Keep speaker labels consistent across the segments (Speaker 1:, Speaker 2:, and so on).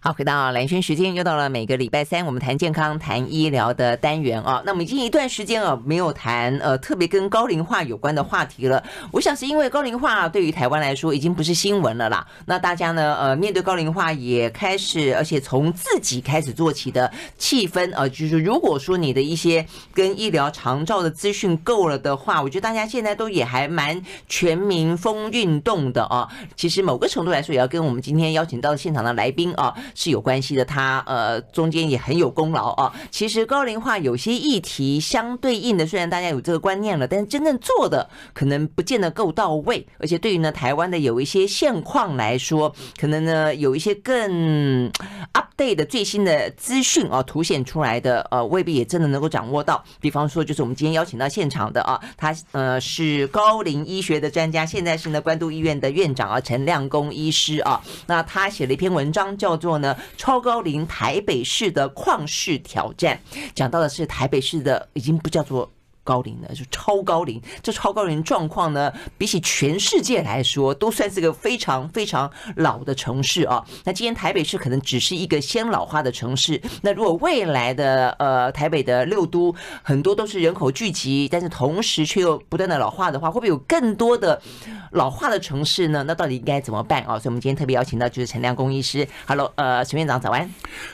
Speaker 1: 好，回到蓝轩时间，又到了每个礼拜三我们谈健康、谈医疗的单元啊。那我们已经一段时间啊没有谈呃特别跟高龄化有关的话题了。我想是因为高龄化对于台湾来说已经不是新闻了啦。那大家呢呃面对高龄化也开始，而且从自己开始做起的气氛呃，就是如果说你的一些跟医疗长照的资讯够了的话，我觉得大家现在都也还蛮全民风运动的啊。其实某个程度来说，也要跟我们今天邀请到现场的来宾啊。是有关系的，他呃中间也很有功劳啊。其实高龄化有些议题相对应的，虽然大家有这个观念了，但是真正做的可能不见得够到位，而且对于呢台湾的有一些现况来说，可能呢有一些更 update 的最新的资讯啊，凸显出来的呃未必也真的能够掌握到。比方说，就是我们今天邀请到现场的啊，他呃是高龄医学的专家，现在是呢关渡医院的院长啊陈亮公医师啊，那他写了一篇文章叫做呢。超高龄台北市的旷世挑战，讲到的是台北市的已经不叫做高龄了，就超高龄。这超高龄状况呢，比起全世界来说，都算是个非常非常老的城市啊。那今天台北市可能只是一个先老化的城市，那如果未来的呃台北的六都很多都是人口聚集，但是同时却又不断的老化的话，会不会有更多的老化的城市呢？那到底应该怎么办啊？所以我们今天特别邀请到就是陈亮公医师，Hello，呃，陈院长早安。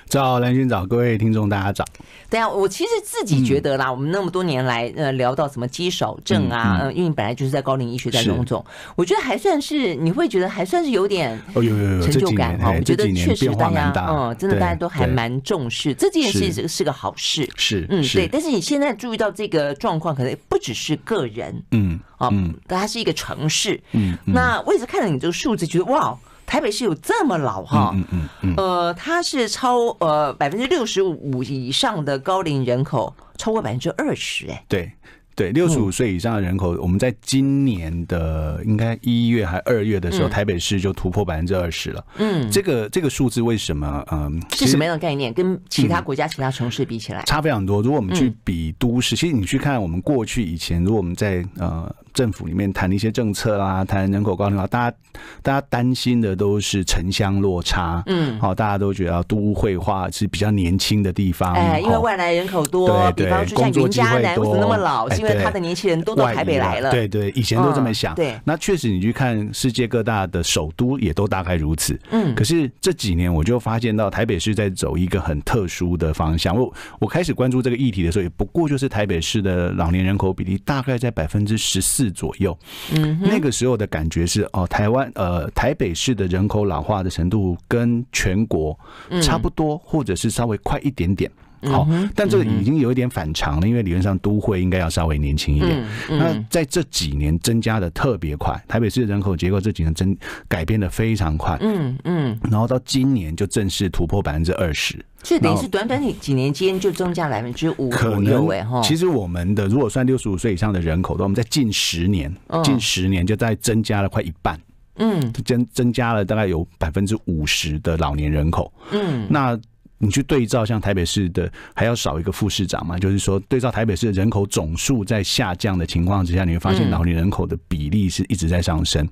Speaker 2: 早，蓝军早，各位听众大家早。
Speaker 1: 对啊，我其实自己觉得啦，
Speaker 2: 嗯
Speaker 1: 我们那么多年来，呃，聊到什么肌少症啊，呃，因为你本来就是在高龄医学在荣总，我觉得还算是，你会觉得还算是有点
Speaker 2: 哦，有有有，
Speaker 1: 成
Speaker 2: 这
Speaker 1: 就
Speaker 2: 几
Speaker 1: 感
Speaker 2: 年，
Speaker 1: 哈。
Speaker 2: 哎
Speaker 1: 我觉
Speaker 2: 这
Speaker 1: 得
Speaker 2: 几年
Speaker 1: 确实
Speaker 2: 变
Speaker 1: 大
Speaker 2: 化
Speaker 1: 家
Speaker 2: 蛮，大
Speaker 1: 嗯，真的
Speaker 2: 对
Speaker 1: 大家都还
Speaker 2: 对
Speaker 1: 蛮重视这件事，
Speaker 2: 是
Speaker 1: 是个好事。
Speaker 2: 是，
Speaker 1: 嗯，
Speaker 2: 是
Speaker 1: 对。，但是你现在注意到这个状况，可能不只是个人
Speaker 2: 嗯
Speaker 1: 啊，
Speaker 2: 嗯
Speaker 1: 但它是一个城市。
Speaker 2: 嗯，嗯
Speaker 1: 那我一直看着你这个数字，觉得哇，台北市有这么老哈。
Speaker 2: 嗯嗯嗯，
Speaker 1: 呃，它是超呃百分之六十五以上的高龄人口超过百分之二十，哎，
Speaker 2: 对。对，六十
Speaker 1: 嗯
Speaker 2: 五岁以上的人口，我们在今年的应该一月还二月的时候，
Speaker 1: 嗯
Speaker 2: 台北市就突破百分之二十了。
Speaker 1: 嗯，
Speaker 2: 这个这个数字为什么？嗯，
Speaker 1: 是
Speaker 2: 其
Speaker 1: 什
Speaker 2: 实
Speaker 1: 么样的概念？跟其他国家、其他城市比起来，
Speaker 2: 差非常多。如果我们
Speaker 1: 嗯
Speaker 2: 去比都市，其实你去看我们过去以前，如果我们在呃政府里面谈一些政策啦，谈人口高龄化，大家大家担心的都是城乡落差。
Speaker 1: 嗯，
Speaker 2: 好、大家都觉得啊都会化是比较年轻的地方，
Speaker 1: 哎，因为
Speaker 2: 嗯好
Speaker 1: 外来人口多，
Speaker 2: 对
Speaker 1: 比
Speaker 2: 对
Speaker 1: 方说像
Speaker 2: 工作
Speaker 1: 云
Speaker 2: 机
Speaker 1: 嘉
Speaker 2: 会
Speaker 1: 南为什么那么老，
Speaker 2: 多
Speaker 1: 是因为
Speaker 2: 哎对
Speaker 1: 他的年轻人都到
Speaker 2: 外移啊
Speaker 1: 台北来了，
Speaker 2: 对对，以前都这么想。
Speaker 1: 嗯对
Speaker 2: 那确实你去看世界各大的首都也都大概如此。
Speaker 1: 嗯
Speaker 2: 可是这几年我就发现到台北市在走一个很特殊的方向。我我开始关注这个议题的时候，也不过就是台北市的老年人口比例大概在百分之十四左右。
Speaker 1: 嗯哼，
Speaker 2: 那个时候的感觉是，哦，台湾呃台北市的人口老化的程度跟全国
Speaker 1: 嗯
Speaker 2: 差不多，或者是稍微快一点点。好、但这个已经有一点反常了，因为理论上都会应该要稍微年轻一点。
Speaker 1: 嗯
Speaker 2: 那
Speaker 1: 嗯
Speaker 2: 在这几年增加的特别快，台北市的人口结构这几年增改变的非常快，
Speaker 1: 嗯嗯，
Speaker 2: 然后到今年就正式突破百分之二十。
Speaker 1: 所以等于
Speaker 2: 那
Speaker 1: 是短短几年间就增加百分之五
Speaker 2: 可
Speaker 1: 左
Speaker 2: 能
Speaker 1: 右，哎哈，
Speaker 2: 其实我们的如果算六十五岁以上的人口的话，我们在近十年
Speaker 1: 嗯，
Speaker 2: 近十年就在增加了快一半，
Speaker 1: 嗯
Speaker 2: 增增加了大概有百分之五十的老年人口。
Speaker 1: 嗯
Speaker 2: 那你去对照，像台北市的还要少一个副市长嘛，就是说对照台北市的人口总数在下降的情况之下，你会发现
Speaker 1: 嗯
Speaker 2: 老年人口的比例是一直在上升，
Speaker 1: 哦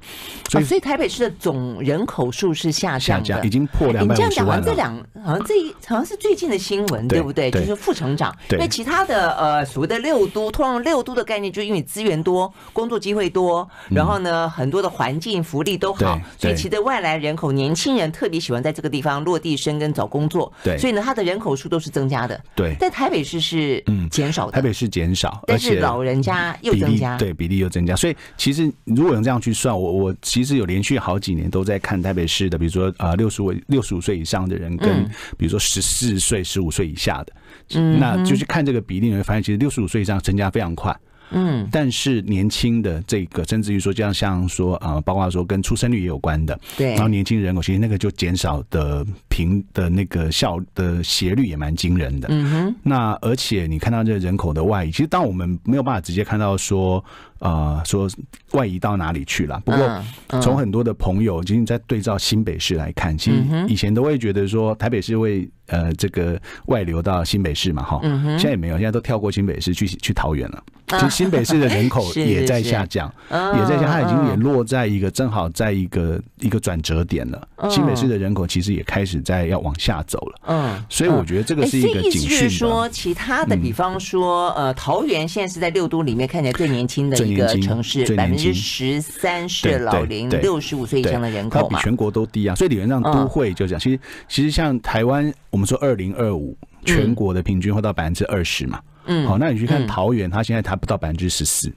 Speaker 2: 所以
Speaker 1: 所以台北市的总人口数是下
Speaker 2: 下
Speaker 1: 降
Speaker 2: 降
Speaker 1: 的
Speaker 2: 已。经破两
Speaker 1: 哎你
Speaker 2: 百
Speaker 1: 这样
Speaker 2: 五十
Speaker 1: 讲，好
Speaker 2: 万
Speaker 1: 像这
Speaker 2: 了。
Speaker 1: 两好像这一好像是最近的新闻，
Speaker 2: 对
Speaker 1: 对不对？就
Speaker 2: 对
Speaker 1: 是副成长，因
Speaker 2: 对
Speaker 1: 为其他的呃所谓的六都，通常六都的概念就是因为资源多、工作机会多，然后呢很多的环境福利都好
Speaker 2: 对，
Speaker 1: 所以
Speaker 2: 对
Speaker 1: 其实外来人口、年轻人特别喜欢在这个地方落地生根、找工作，
Speaker 2: 对
Speaker 1: 所以呢他的人口数都是增加的，
Speaker 2: 对，
Speaker 1: 但台北市是
Speaker 2: 嗯
Speaker 1: 减少
Speaker 2: 台
Speaker 1: 的，
Speaker 2: 北市减少，而
Speaker 1: 但是
Speaker 2: 且
Speaker 1: 老人家又
Speaker 2: 比
Speaker 1: 增
Speaker 2: 例
Speaker 1: 加，
Speaker 2: 对比例又增加，所以其实如果用这样去算，我我其实有连续好几年都在看台北市的，比如说呃六十五六十五岁以上的人跟
Speaker 1: 嗯
Speaker 2: 比如说十四岁十五岁以下的，
Speaker 1: 嗯
Speaker 2: 那就去看这个比例，你会发现其实六十五岁以上增加非常快，
Speaker 1: 嗯
Speaker 2: 但是年轻的这个，甚至于说，就像像说呃，包括说跟出生率也有关的，
Speaker 1: 对
Speaker 2: 然后年轻人口其实那个就减少的平的那个效的斜率也蛮惊人的。
Speaker 1: 嗯哼
Speaker 2: 那而且你看到这个人口的外移，其实当我们没有办法直接看到说呃说外移到哪里去了。不过
Speaker 1: 嗯
Speaker 2: 从很多的朋友，今天在对照新北市来看，其实
Speaker 1: 嗯
Speaker 2: 以前都会觉得说台北市会呃这个外流到新北市嘛，哈，
Speaker 1: 嗯
Speaker 2: 现在也没有，现在都跳过新北市去去桃园了。其实新北市 的人口
Speaker 1: 是
Speaker 2: 也在
Speaker 1: 是
Speaker 2: 下降，
Speaker 1: 嗯
Speaker 2: 也在下，它已经也
Speaker 1: 嗯
Speaker 2: 落在一个正好在一个一个转折点了。新北市的人口其实也开始在要往下走了，
Speaker 1: 嗯，
Speaker 2: 所以我觉得这
Speaker 1: 这
Speaker 2: 个是一个
Speaker 1: 意
Speaker 2: 警
Speaker 1: 思就是
Speaker 2: 讯吧。
Speaker 1: 说，其他的，比方说，呃，桃园现在是在六都里面看起来最年轻的一个
Speaker 2: 最年轻
Speaker 1: 城市，
Speaker 2: 最
Speaker 1: 百分
Speaker 2: 年
Speaker 1: 之
Speaker 2: 轻
Speaker 1: 十三
Speaker 2: 对
Speaker 1: 是
Speaker 2: 对
Speaker 1: 老龄
Speaker 2: 对
Speaker 1: 六十五岁以
Speaker 2: 对
Speaker 1: 上的人
Speaker 2: 它
Speaker 1: 口
Speaker 2: 比
Speaker 1: 嘛。
Speaker 2: 全国都低啊，所以理论上
Speaker 1: 嗯
Speaker 2: 都会就这样。其实其实像台湾，我们说二零二五全国的平均会到百分之二十嘛，
Speaker 1: 嗯
Speaker 2: 好，那你去看
Speaker 1: 嗯
Speaker 2: 桃园，它现在才不到百分之十四，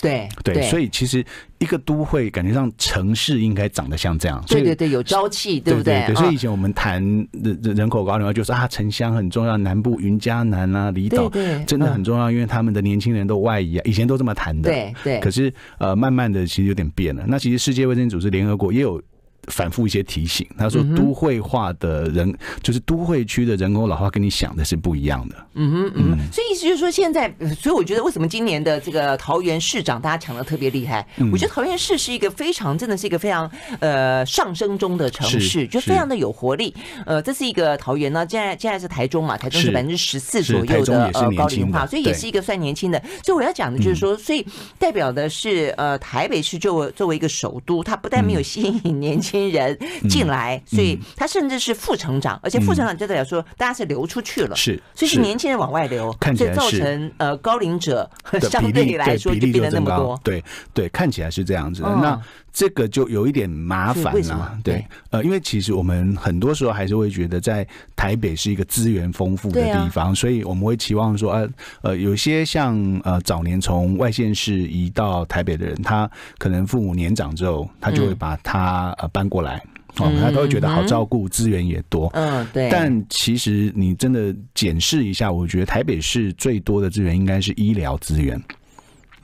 Speaker 1: 对
Speaker 2: 对，所以其实一个都会感觉上城市应该长得像这样，所
Speaker 1: 对
Speaker 2: 以
Speaker 1: 对对，有朝气，对不
Speaker 2: 对
Speaker 1: 嗯
Speaker 2: 所以以前我们谈人人人口高龄化，就说啊，城乡很重要，南部云嘉南啊、离岛
Speaker 1: 对对嗯
Speaker 2: 真的很重要，因为他们的年轻人都外移啊，以前都这么谈的。
Speaker 1: 对对
Speaker 2: 可是呃，慢慢的其实有点变了。那其实世界卫生组织、联合国也有。反复一些提醒，他
Speaker 1: 嗯
Speaker 2: 说都会化的人、就是都会区的人口老化，跟你想的是不一样的。
Speaker 1: 嗯，所以意思就是说，现在，呃所以我觉得为什么今年的这个桃园市长大家抢的特别厉害？
Speaker 2: 嗯
Speaker 1: 我觉得桃园市是一个非常，真的是一个非常呃上升中的城市，
Speaker 2: 是
Speaker 1: 就非常的有活力。呃，这是一个桃园呢，现在现在是台中嘛，台中是
Speaker 2: 是
Speaker 1: 百分之十四
Speaker 2: 是
Speaker 1: 左
Speaker 2: 台
Speaker 1: 右
Speaker 2: 中
Speaker 1: 的
Speaker 2: 也是
Speaker 1: 呃
Speaker 2: 年
Speaker 1: 高
Speaker 2: 轻
Speaker 1: 龄
Speaker 2: 的
Speaker 1: 化，所以也
Speaker 2: 对嗯
Speaker 1: 是一个算年轻的。所以我要讲的就是说，所以代表的是呃台北市作为作为一个首都，它不但没有
Speaker 2: 嗯
Speaker 1: 吸引年轻人进来，所以它甚至是副成长，而且
Speaker 2: 嗯
Speaker 1: 副成长就代表说大家是流出去了，
Speaker 2: 是
Speaker 1: 所以是
Speaker 2: 是
Speaker 1: 年轻人往外流，
Speaker 2: 看起
Speaker 1: 所以
Speaker 2: 来
Speaker 1: 造
Speaker 2: 是
Speaker 1: 成呃高龄者
Speaker 2: 的
Speaker 1: 相
Speaker 2: 比
Speaker 1: 对
Speaker 2: 例
Speaker 1: 来说
Speaker 2: 比
Speaker 1: 就
Speaker 2: 例
Speaker 1: 变
Speaker 2: 就
Speaker 1: 得那
Speaker 2: 增
Speaker 1: 么
Speaker 2: 高
Speaker 1: 多，。
Speaker 2: 对对，看起来是这样子的。
Speaker 1: 嗯
Speaker 2: 那这个就有一点麻
Speaker 1: 是
Speaker 2: 烦
Speaker 1: 为什么
Speaker 2: 了，对
Speaker 1: 对，
Speaker 2: 呃，因为其实我们很多时候还是会觉得在台北是一个资源丰富的
Speaker 1: 对啊
Speaker 2: 地方，所以我们会期望说，呃呃，有些像呃早年从外县市移到台北的人，他可能父母年长之后，他就
Speaker 1: 嗯
Speaker 2: 会把他、呃搬过来，哦，他都会觉得好照顾，资源也多，
Speaker 1: 嗯，对。
Speaker 2: 但其实你真的检视一下，我觉得台北市最多的资源应该是医疗资源。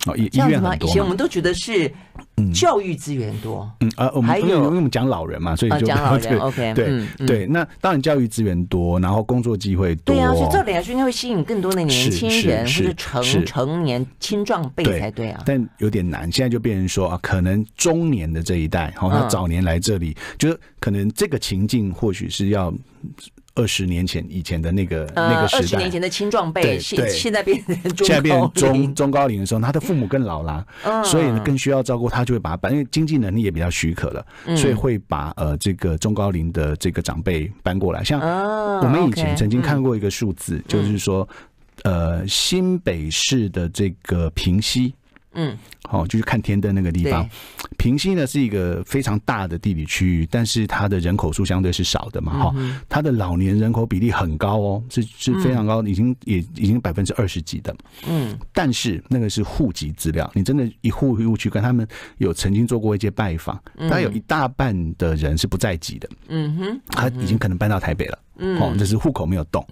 Speaker 2: 哦，医医
Speaker 1: 这样子
Speaker 2: 院
Speaker 1: 吗
Speaker 2: 很？
Speaker 1: 以
Speaker 2: 多
Speaker 1: 前我
Speaker 2: 嘛，
Speaker 1: 们都觉得是教育资源多
Speaker 2: 嗯，呃，我们
Speaker 1: 还
Speaker 2: 因为
Speaker 1: 有
Speaker 2: 因为我们讲老人嘛，所以
Speaker 1: 啊，
Speaker 2: 就
Speaker 1: 讲老人
Speaker 2: 对
Speaker 1: OK，
Speaker 2: 对
Speaker 1: 嗯嗯
Speaker 2: 对。那当然教育资源多，然后工作机会多，
Speaker 1: 对啊，所以照理来说应该会吸引更多的年
Speaker 2: 是
Speaker 1: 轻
Speaker 2: 是
Speaker 1: 人或
Speaker 2: 是
Speaker 1: 者成
Speaker 2: 是
Speaker 1: 成年青壮辈
Speaker 2: 对
Speaker 1: 才对啊。
Speaker 2: 但有点难。现在就变成说啊，可能中年的这一代，哦，他
Speaker 1: 嗯
Speaker 2: 早年来这里，就是可能这个情境或许是要二十年前以前的那个那
Speaker 1: 呃
Speaker 2: 个，
Speaker 1: 二
Speaker 2: 时
Speaker 1: 十
Speaker 2: 代
Speaker 1: 年前。的青壮辈，
Speaker 2: 对
Speaker 1: 现
Speaker 2: 对
Speaker 1: 现在变成中
Speaker 2: 现在变成
Speaker 1: 高龄
Speaker 2: 中中高龄的时候，他的父母更老啦，
Speaker 1: 嗯
Speaker 2: 所以呢更需要照顾，他就会把他搬，因为经济能力也比较许可了，
Speaker 1: 嗯
Speaker 2: 所以会把呃这个中高龄的这个长辈搬过来。像
Speaker 1: 啊
Speaker 2: 我们以前
Speaker 1: OK，
Speaker 2: 曾经
Speaker 1: 嗯
Speaker 2: 看过一个数字，就是说，呃，新北市的这个平溪，
Speaker 1: 嗯，
Speaker 2: 哦，就是看天灯那个地方，平溪呢是一个非常大的地理区域，但是它的人口数相对是少的嘛，哈、它的老年人口比例很高哦，是是非常高，已经也已经百分之二十几的，
Speaker 1: 嗯，
Speaker 2: 但是那个是户籍资料，你真的一户一户去看，他们有曾经做过一些拜访，大概有一大半的人是不在籍的，
Speaker 1: 嗯哼，嗯
Speaker 2: 他已经可能搬到台北了，哦，只是户口没有动。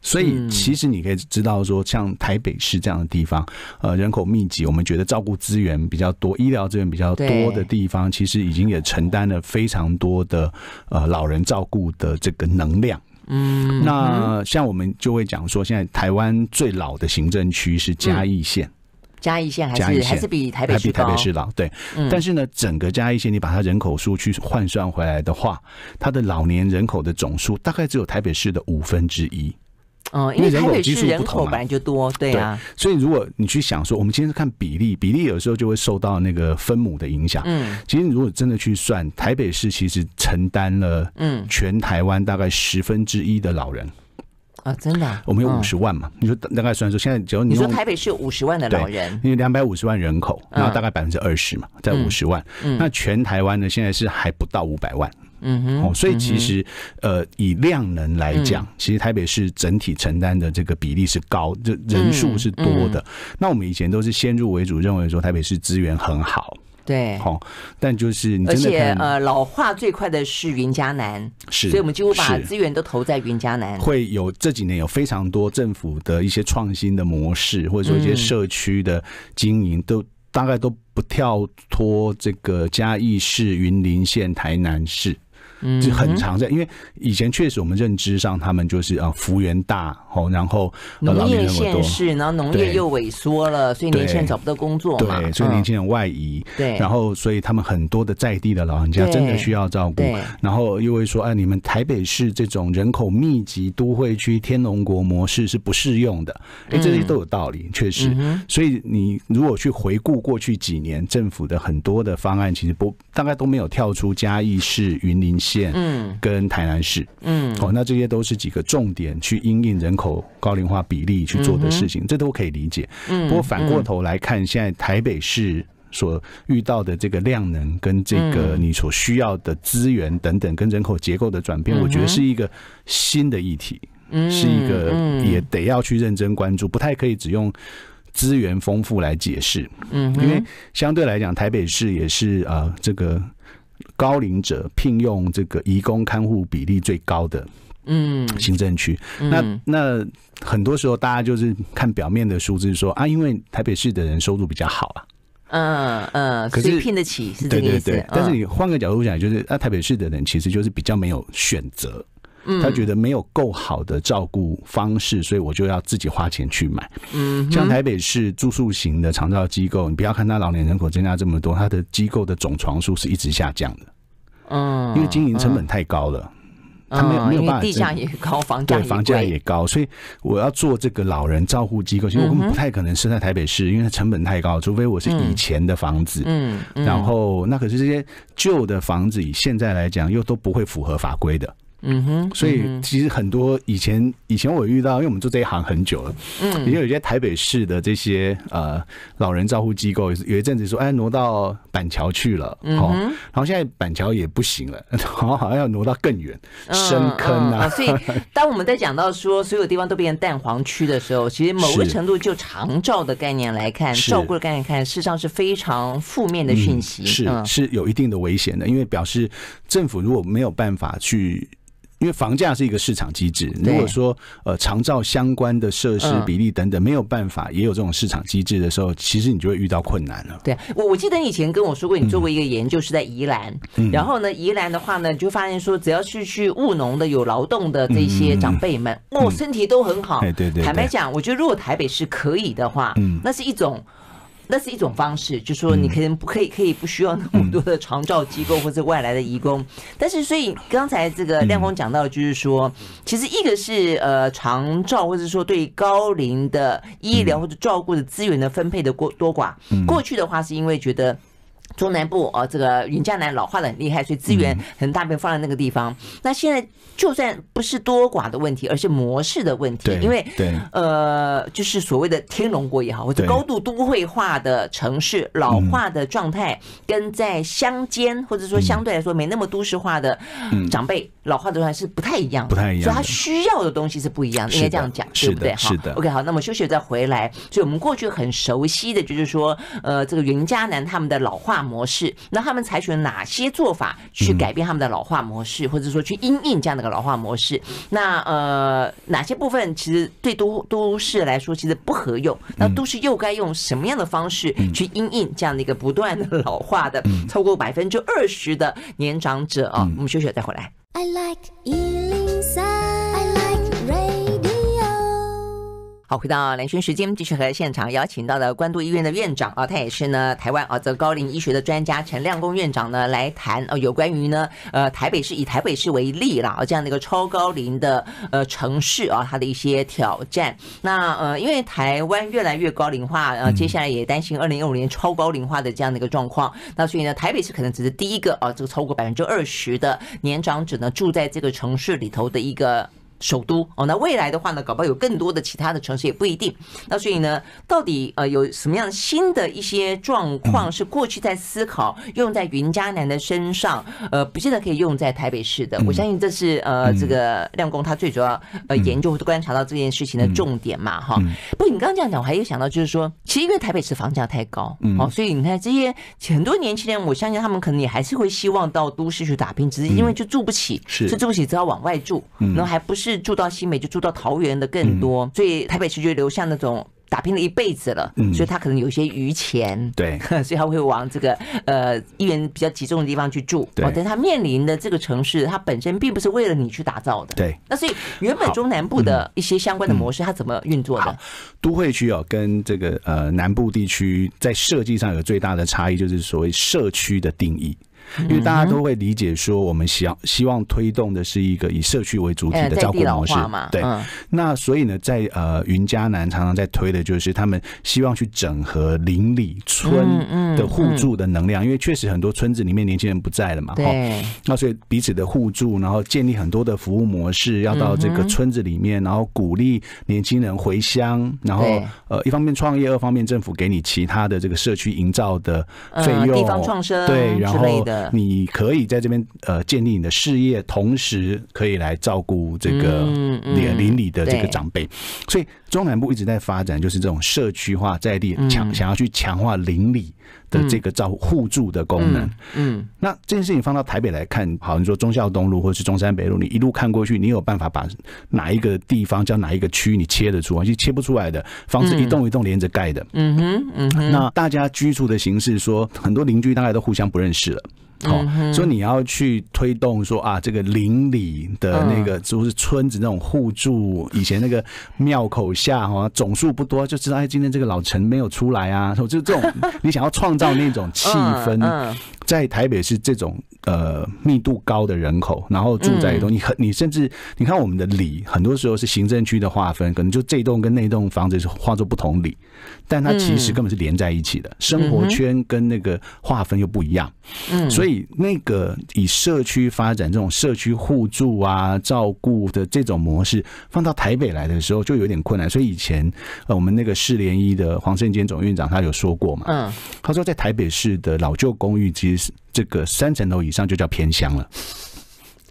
Speaker 2: 所以其实你可以知道说，像台北市这样的地方，呃，人口密集，我们觉得照顾资源比较多、医疗资源比较多
Speaker 1: 对
Speaker 2: 的地方，其实已经也承担了非常多的呃老人照顾的这个能量。
Speaker 1: 嗯，
Speaker 2: 那像我们就会讲说，现在台湾最老的行政区是嘉义县，
Speaker 1: 嘉义县还
Speaker 2: 嘉义
Speaker 1: 是
Speaker 2: 县
Speaker 1: 还是比台北
Speaker 2: 还
Speaker 1: 市嗯
Speaker 2: 比台
Speaker 1: 高
Speaker 2: 北，市老。对，但是呢，整个嘉义县你把它人口数去换算回来的话，它的老年人口的总数大概只有台北市的五分之一。
Speaker 1: 嗯，因
Speaker 2: 因
Speaker 1: 为台
Speaker 2: 为人口
Speaker 1: 北
Speaker 2: 基
Speaker 1: 市
Speaker 2: 数
Speaker 1: 人
Speaker 2: 不同
Speaker 1: 口
Speaker 2: 嘛
Speaker 1: 本来就多，对啊，
Speaker 2: 所以如果你去想说，我们今天是看比例，比例有时候就会受到那个分母的影响。
Speaker 1: 嗯
Speaker 2: 其实如果真的去算，台北市其实承担了
Speaker 1: 嗯
Speaker 2: 全台湾大概十分之一的老人，
Speaker 1: 啊，真的啊，
Speaker 2: 我们有
Speaker 1: 嗯
Speaker 2: 五十万嘛？你说大大概算说，现在只要你
Speaker 1: 你说
Speaker 2: 用
Speaker 1: 台北市五十万的老人，
Speaker 2: 因为两百五十万人口，
Speaker 1: 嗯
Speaker 2: 然后大概百分之二十嘛，在五十万。那全台湾呢，现在是还不到五百万。
Speaker 1: 嗯哼，嗯
Speaker 2: 哦，所以其实呃，以量能来讲，其实台北市整体承担的这个比例是高，这
Speaker 1: 嗯
Speaker 2: 人数是多的。那我们以前都是先入为主，认为说台北市资源很好，
Speaker 1: 对。
Speaker 2: 哦，但就是你
Speaker 1: 而
Speaker 2: 真的
Speaker 1: 且
Speaker 2: 看
Speaker 1: 呃，老化最快的是云嘉南，
Speaker 2: 是，
Speaker 1: 所以我们几乎把
Speaker 2: 是
Speaker 1: 资源都投在云嘉南。
Speaker 2: 会有这几年有非常多政府的一些创新的模式，或者说一些
Speaker 1: 嗯
Speaker 2: 社区的经营，都大概都不跳脱这个嘉义市、云林县、台南市。
Speaker 1: 嗯
Speaker 2: 就很常在，因为以前确实我们认知上他们就是啊幅员大哦，然后呃
Speaker 1: 农
Speaker 2: 老年
Speaker 1: 业
Speaker 2: 人口多
Speaker 1: 县，市，然后农业
Speaker 2: 对
Speaker 1: 又萎缩了，所以年轻人
Speaker 2: 对
Speaker 1: 找不到工作嘛，
Speaker 2: 对，所以年
Speaker 1: 嗯
Speaker 2: 轻人外移，
Speaker 1: 对
Speaker 2: 然后所以他们很多的在地的老人家
Speaker 1: 对
Speaker 2: 真的需要照顾
Speaker 1: 对，
Speaker 2: 然后又会说，哎，你们台北市这种人口密集都会区天龙国模式是不适用的，哎，这些
Speaker 1: 嗯
Speaker 2: 都有道理，确实。所以你如果去回顾过去几年政府的很多的方案，其实不大概都没有跳出嘉义市、云林县，嗯，跟台南市，嗯，哦，那这些都是几个重点去因应人口高龄化比例去做的事情，这都可以理解。
Speaker 1: 嗯
Speaker 2: 不过反过头来看，现在台北市。所遇到的这个量能跟这个你所需要的资源等等，跟人口结构的转变，我觉得是一个新的议题，
Speaker 1: 嗯
Speaker 2: 是一个也得要去认真关注，不太可以只用资源丰富来解释。嗯，因为相对来讲，台北市也是呃这个高龄者聘用这个移工看护比例最高的
Speaker 1: 嗯
Speaker 2: 行政区。那那很多时候大家就是看表面的数字说啊，因为台北市的人收入比较好啊。
Speaker 1: 嗯嗯，
Speaker 2: 可
Speaker 1: 所以
Speaker 2: 是
Speaker 1: 聘得起是这
Speaker 2: 对
Speaker 1: 个意
Speaker 2: 对
Speaker 1: 思。
Speaker 2: 对，但是
Speaker 1: 嗯
Speaker 2: 你换个角度想，就是啊那台北市的人其实就是比较没有选择，
Speaker 1: 嗯
Speaker 2: 他觉得没有够好的照顾方式，所以我就要自己花钱去买。嗯，像台北市住宿型的长照机构，你不要看它老年人口增加这么多，它的机构的总床数是一直下降的，
Speaker 1: 嗯，
Speaker 2: 因为经营成本太高了。他没有
Speaker 1: 嗯
Speaker 2: 没
Speaker 1: 因
Speaker 2: 有
Speaker 1: 为
Speaker 2: 办法
Speaker 1: 地价
Speaker 2: 增
Speaker 1: 也高，房价
Speaker 2: 对，房价
Speaker 1: 贵
Speaker 2: 也高，所以我要做这个老人照护机构，其实我
Speaker 1: 嗯
Speaker 2: 根本不太可能设在台北市，因为它成本太高，除非我是以前的房子，
Speaker 1: 嗯，
Speaker 2: 然后那可是这些旧的房子，以现在来讲又都不会符合法规的。
Speaker 1: 嗯哼，
Speaker 2: 所以其实很多以前以前我遇到，因为我们做这一行很久了，嗯，也有一些台北市的这些呃老人照护机构，有一阵子说哎挪到板桥去了，
Speaker 1: 嗯
Speaker 2: 哦，然后现在板桥也不行了， 然后好像要挪到更远深坑
Speaker 1: 嗯嗯
Speaker 2: 啊
Speaker 1: 嗯，所以，当我们在讲到 说所有地方都变成蛋黄区的时候，其实某个
Speaker 2: 是
Speaker 1: 程度就长照的概念来看，
Speaker 2: 是
Speaker 1: 照顾的概念看，事实上是非常负面的讯息。
Speaker 2: 是
Speaker 1: 嗯
Speaker 2: 是有一定的危险的，因为表示政府如果没有办法去。因为房价是一个市场机制，
Speaker 1: 对
Speaker 2: 如果说呃长照相关的设施
Speaker 1: 嗯
Speaker 2: 比例等等没有办法，也有这种市场机制的时候，其实你就会遇到困难了。
Speaker 1: 对，我我记得你以前跟我说
Speaker 2: 嗯
Speaker 1: 过，你做过一个研究是在宜兰，然后呢，宜兰的话呢，你就发现说，只要是去务农的、有劳动的这
Speaker 2: 嗯
Speaker 1: 些长辈们，哦，身体都很好。
Speaker 2: 哎对对
Speaker 1: 坦白
Speaker 2: 对嗯
Speaker 1: 讲，我觉得如果台北市可以的话，那是一种。那是一种方式，就说你可能不可以，可以不需要那么多的长照机构或者外来的移工，但是所以刚才这个亮光讲到，就是说，其实一个是呃长照，或者说对高龄的医疗或者照顾的资源的分配的过多寡，过去的话是因为觉得。中南部哦，这个云嘉南老化的很厉害，所以资源很大便放在那个地方。那现在就算不是多寡的问题，而是模式的问题
Speaker 2: 对，，
Speaker 1: 因为
Speaker 2: 对
Speaker 1: 呃，就是所谓的天龙国也好，或者
Speaker 2: 嗯对
Speaker 1: 高度都会化的城市老化的状态，跟在乡间或
Speaker 2: 嗯
Speaker 1: 者说相对来说没那么都市化的长辈老化的状态是不太一样的，
Speaker 2: 不太一样
Speaker 1: 所以他
Speaker 2: 的
Speaker 1: 需要的东西是不一样的，应该
Speaker 2: 是的
Speaker 1: 这样讲，
Speaker 2: 是
Speaker 1: 对
Speaker 2: 的
Speaker 1: 不对？
Speaker 2: 是的
Speaker 1: OK，好，那么休息再回来。所以我们过去很熟悉的就是说，呃，这个云嘉南他们的老化模式，那他们采取了哪些做法去
Speaker 2: 嗯
Speaker 1: 改变他们的老化模式，或者说去因应这样的一个老化模式？那呃，哪些部分其实对都都市来说其实不合用？
Speaker 2: 嗯
Speaker 1: 那都市又该用什么样的方式去因应这样的一个不断的 老化的
Speaker 2: 嗯
Speaker 1: 超过百分之二十的年长者啊？我们休息了再回来。
Speaker 3: I like Ealing Sound. I like radio.
Speaker 1: 好，回到蓝轩时间，继续和现场邀请到的关渡医院的院长啊，他也是呢台湾啊这个高龄医学的专家陈亮公院长呢来谈哦、有关于呢呃台北市以台北市为例啦啊这样的一个超高龄的呃城市啊它的一些挑战。那呃因为台湾越来越高龄化，呃接下来也担心二零二五年超高龄化的这样的一个状况，那所以呢台北市可能只是第一个啊这个超过百分之二十的年长者呢住在这个城市里头的一个。首都哦，那未来的话呢，搞不好有更多的其他的城市也不一定。那所以呢，到底呃有什么样新的一些状况是过去在思考用在云嘉南的身上，呃，不见得可以用在台北市的。我相信这是呃这个亮工他最主要呃研究或者观察到这件事情的重点嘛哈。不过你刚刚这样讲，我还有想到就是说，其实因为台北市房价太高，哦，所以你看这些很多年轻人，我相信他们可能也还是会希望到都市去打拼，只是因为就住不起，
Speaker 2: 是
Speaker 1: 就住不起，只好往
Speaker 2: 嗯
Speaker 1: 外住，然后还不是住到新北，就住到桃园的更多，所以台北市就留下那种。打拼了一辈子了，
Speaker 2: 嗯
Speaker 1: 所以他可能有一些余钱，
Speaker 2: 对
Speaker 1: 所以他会往这个呃医院比较集中的地方去住。
Speaker 2: 对
Speaker 1: 哦但是他面临的这个城市，它本身并不是为了你去打造的。
Speaker 2: 对，嗯
Speaker 1: 那所以原本
Speaker 2: 好
Speaker 1: 中南部的一些相关的模式，它怎么运作的？
Speaker 2: 都会区哦，跟这个呃南部地区在设计上有最大的差异，就是所谓社区的定义。因为
Speaker 1: 嗯
Speaker 2: 大家都会理解说，我们希望希望推动的是一个以社区为主体
Speaker 1: 呃
Speaker 2: 的
Speaker 1: 在
Speaker 2: 照顾
Speaker 1: 地老
Speaker 2: 模式
Speaker 1: 化嘛，，
Speaker 2: 对。
Speaker 1: 嗯
Speaker 2: 那所以呢，在呃云嘉南常常在推的就是他们希望去整合邻里
Speaker 1: 嗯
Speaker 2: 村的互助的能量，因为确实很多村子里面年轻人不在了嘛，哦，
Speaker 1: 对，
Speaker 2: 那所以彼此的互助，然后建立很多的服务模式，要到这个村子里面，然后鼓励年轻人回乡，然后
Speaker 1: 嗯对
Speaker 2: 呃，一方面创业，二方面政府给你其他的这个社区营造的费
Speaker 1: 嗯，
Speaker 2: 用，
Speaker 1: 地方创生
Speaker 2: 对，然
Speaker 1: 之类
Speaker 2: 后
Speaker 1: 的，
Speaker 2: 你可以在这边呃建立你的事业，同时可以来照顾这个
Speaker 1: 嗯嗯
Speaker 2: 邻邻里的这个
Speaker 1: 对
Speaker 2: 长辈。所以中南部一直在发展，就是这种社区化在地
Speaker 1: 嗯
Speaker 2: 强想要去强化邻里的这个照互助的功能。
Speaker 1: 嗯，
Speaker 2: 那这件事情放到台北来看，好，你说忠孝东路或是中山北路，你一路看过去，你有办法把哪一个地方叫哪一个区你切得出来？其实切不出来的，房子一栋一栋连着盖的。
Speaker 1: 嗯哼，嗯哼，
Speaker 2: 那大家居住的形式说，很多邻居大概都互相不认识了。哦，
Speaker 1: 嗯
Speaker 2: 所以你要去推动说啊，这个邻里的那
Speaker 1: 嗯
Speaker 2: 个就是村子那种互助，以前那个庙口下哈、哦、总数不多，就知道哎，今天这个老陈没有出来啊，就 这种你想要创造那种气氛，
Speaker 1: 嗯嗯
Speaker 2: 在台北市这种呃密度高的人口，然后住在一栋，你很你甚至你看我们的里，很多时候是行政区的划分，可能就这栋跟那栋房子是划作不同里，但它其实根本是连在一起的，生活圈跟那个划分又不一样，
Speaker 1: 嗯
Speaker 2: 所以那个以社区发展这种社区互助啊、照顾的这种模式，放到台北来的时候就有点困难。所以以前呃我们那个市联一的黄胜坚总院长他有说过嘛，
Speaker 1: 嗯，
Speaker 2: 他说，在台北市的老旧公寓，其实这个三层楼以上就叫偏乡了，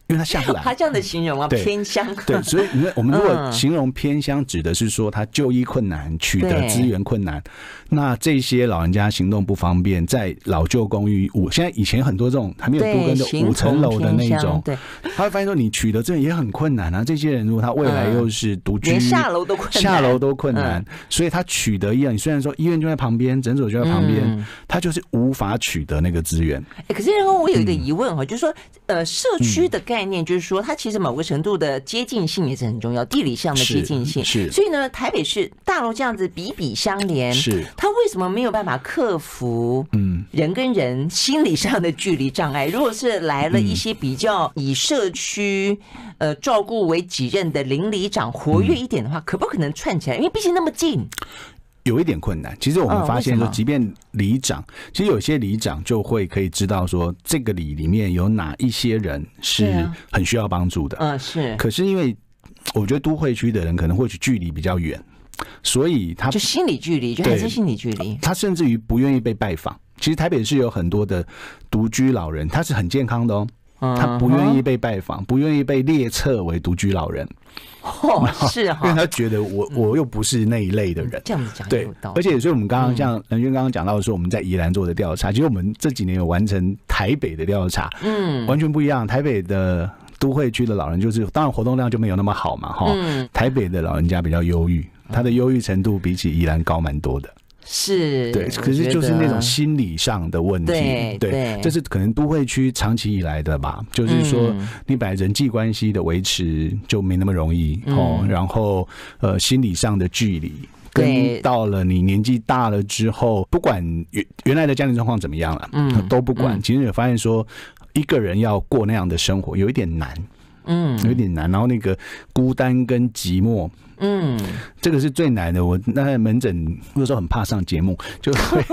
Speaker 2: 因为它下 不
Speaker 1: 他
Speaker 2: 来。
Speaker 1: 这样的形容啊，
Speaker 2: 对
Speaker 1: 偏乡，
Speaker 2: 对，所以你看，我们如果
Speaker 1: 嗯
Speaker 2: 形容偏乡，指的是说他就医困难、取得
Speaker 1: 对
Speaker 2: 资源困难，那这些老人家行动不方便，在老旧公寓五，现在以前很多这种还没有都
Speaker 1: 对，
Speaker 2: 跟的
Speaker 1: 形
Speaker 2: 五层
Speaker 1: 同
Speaker 2: 楼的
Speaker 1: 偏
Speaker 2: 那
Speaker 1: 乡
Speaker 2: 种，
Speaker 1: 对，
Speaker 2: 他会发现说你取得资源也很困难啊。这些人如果他未来
Speaker 1: 嗯
Speaker 2: 又是独居，
Speaker 1: 连下楼都困难，嗯
Speaker 2: 下楼都困难，所以他取得医院，虽然说医院就在旁边，诊所就在旁边，
Speaker 1: 嗯
Speaker 2: 他就是无法取得那个资源。
Speaker 1: 欸可是然后我有一个
Speaker 2: 嗯
Speaker 1: 疑问哈，就是说，呃，社区的概念，就是说，它其实某个程度的接近性也是很重要，地理上的接近性。
Speaker 2: 是是
Speaker 1: 所以呢，台北市大楼这样子比比相连，
Speaker 2: 是
Speaker 1: 它为什么没有办法克服？
Speaker 2: 嗯，
Speaker 1: 人跟人心理上的距离障碍，如果是来了一些比较以社区、呃照顾为己任的邻里长活跃一点的话，可不可能串起来？因为毕竟那么近，
Speaker 2: 有一点困难。其实我们
Speaker 1: 嗯
Speaker 2: 发现
Speaker 1: 为
Speaker 2: 说，
Speaker 1: 什么
Speaker 2: 即便里长，其实有些里长就会可以知道说，这个里里面有哪一些人
Speaker 1: 对
Speaker 2: 是
Speaker 1: 啊
Speaker 2: 很需要帮助的。
Speaker 1: 嗯、是，
Speaker 2: 可是因为我觉得都会区的人可能或许距离比较远，所以他
Speaker 1: 就心理距离，就还是
Speaker 2: 对
Speaker 1: 心理距离。
Speaker 2: 他甚至于不愿意被拜访。其实台北市有很多的独居老人，他是很健康的哦，
Speaker 1: 嗯
Speaker 2: 他不愿意被拜访，不愿意被列册为独居老人，
Speaker 1: 哦， 是
Speaker 2: 因为
Speaker 1: 哈，
Speaker 2: 他觉得我
Speaker 1: 嗯
Speaker 2: 我又不是那一类的人。
Speaker 1: 这样子讲也
Speaker 2: 对
Speaker 1: 有道，理。
Speaker 2: 而且所以我们刚刚像
Speaker 1: 嗯
Speaker 2: 任轩刚刚讲到说，我们在宜兰做的调查，其实我们这几年有完成台北的调查，
Speaker 1: 嗯，
Speaker 2: 完全不一样。台北的都会区的老人，就是当然活动量就没有那么好嘛，哈。
Speaker 1: 嗯，
Speaker 2: 台北的老人家比较忧郁，他的忧郁程度比起宜兰高蛮多的。
Speaker 1: 是，
Speaker 2: 对，
Speaker 1: 嗯我
Speaker 2: 可是就是
Speaker 1: 觉
Speaker 2: 那种
Speaker 1: 得
Speaker 2: 心理上的问题，
Speaker 1: 对对
Speaker 2: 这是可能都会区长期以来的吧，就是说
Speaker 1: 嗯
Speaker 2: 你本来人际关系的维持就没那么容易、
Speaker 1: 嗯
Speaker 2: 哦，然后呃心理上的距离。
Speaker 1: 对
Speaker 2: 跟到了你年纪大了之后，不管原原来的家庭状况怎么样了，
Speaker 1: 嗯
Speaker 2: 都不管。
Speaker 1: 嗯
Speaker 2: 其实也发现说，一个人要过那样的生活有一点难，
Speaker 1: 嗯
Speaker 2: 有一点难。然后那个孤单跟寂寞，
Speaker 1: 嗯，
Speaker 2: 这个是最难的。我那在门诊有时候很怕上节目， 就 会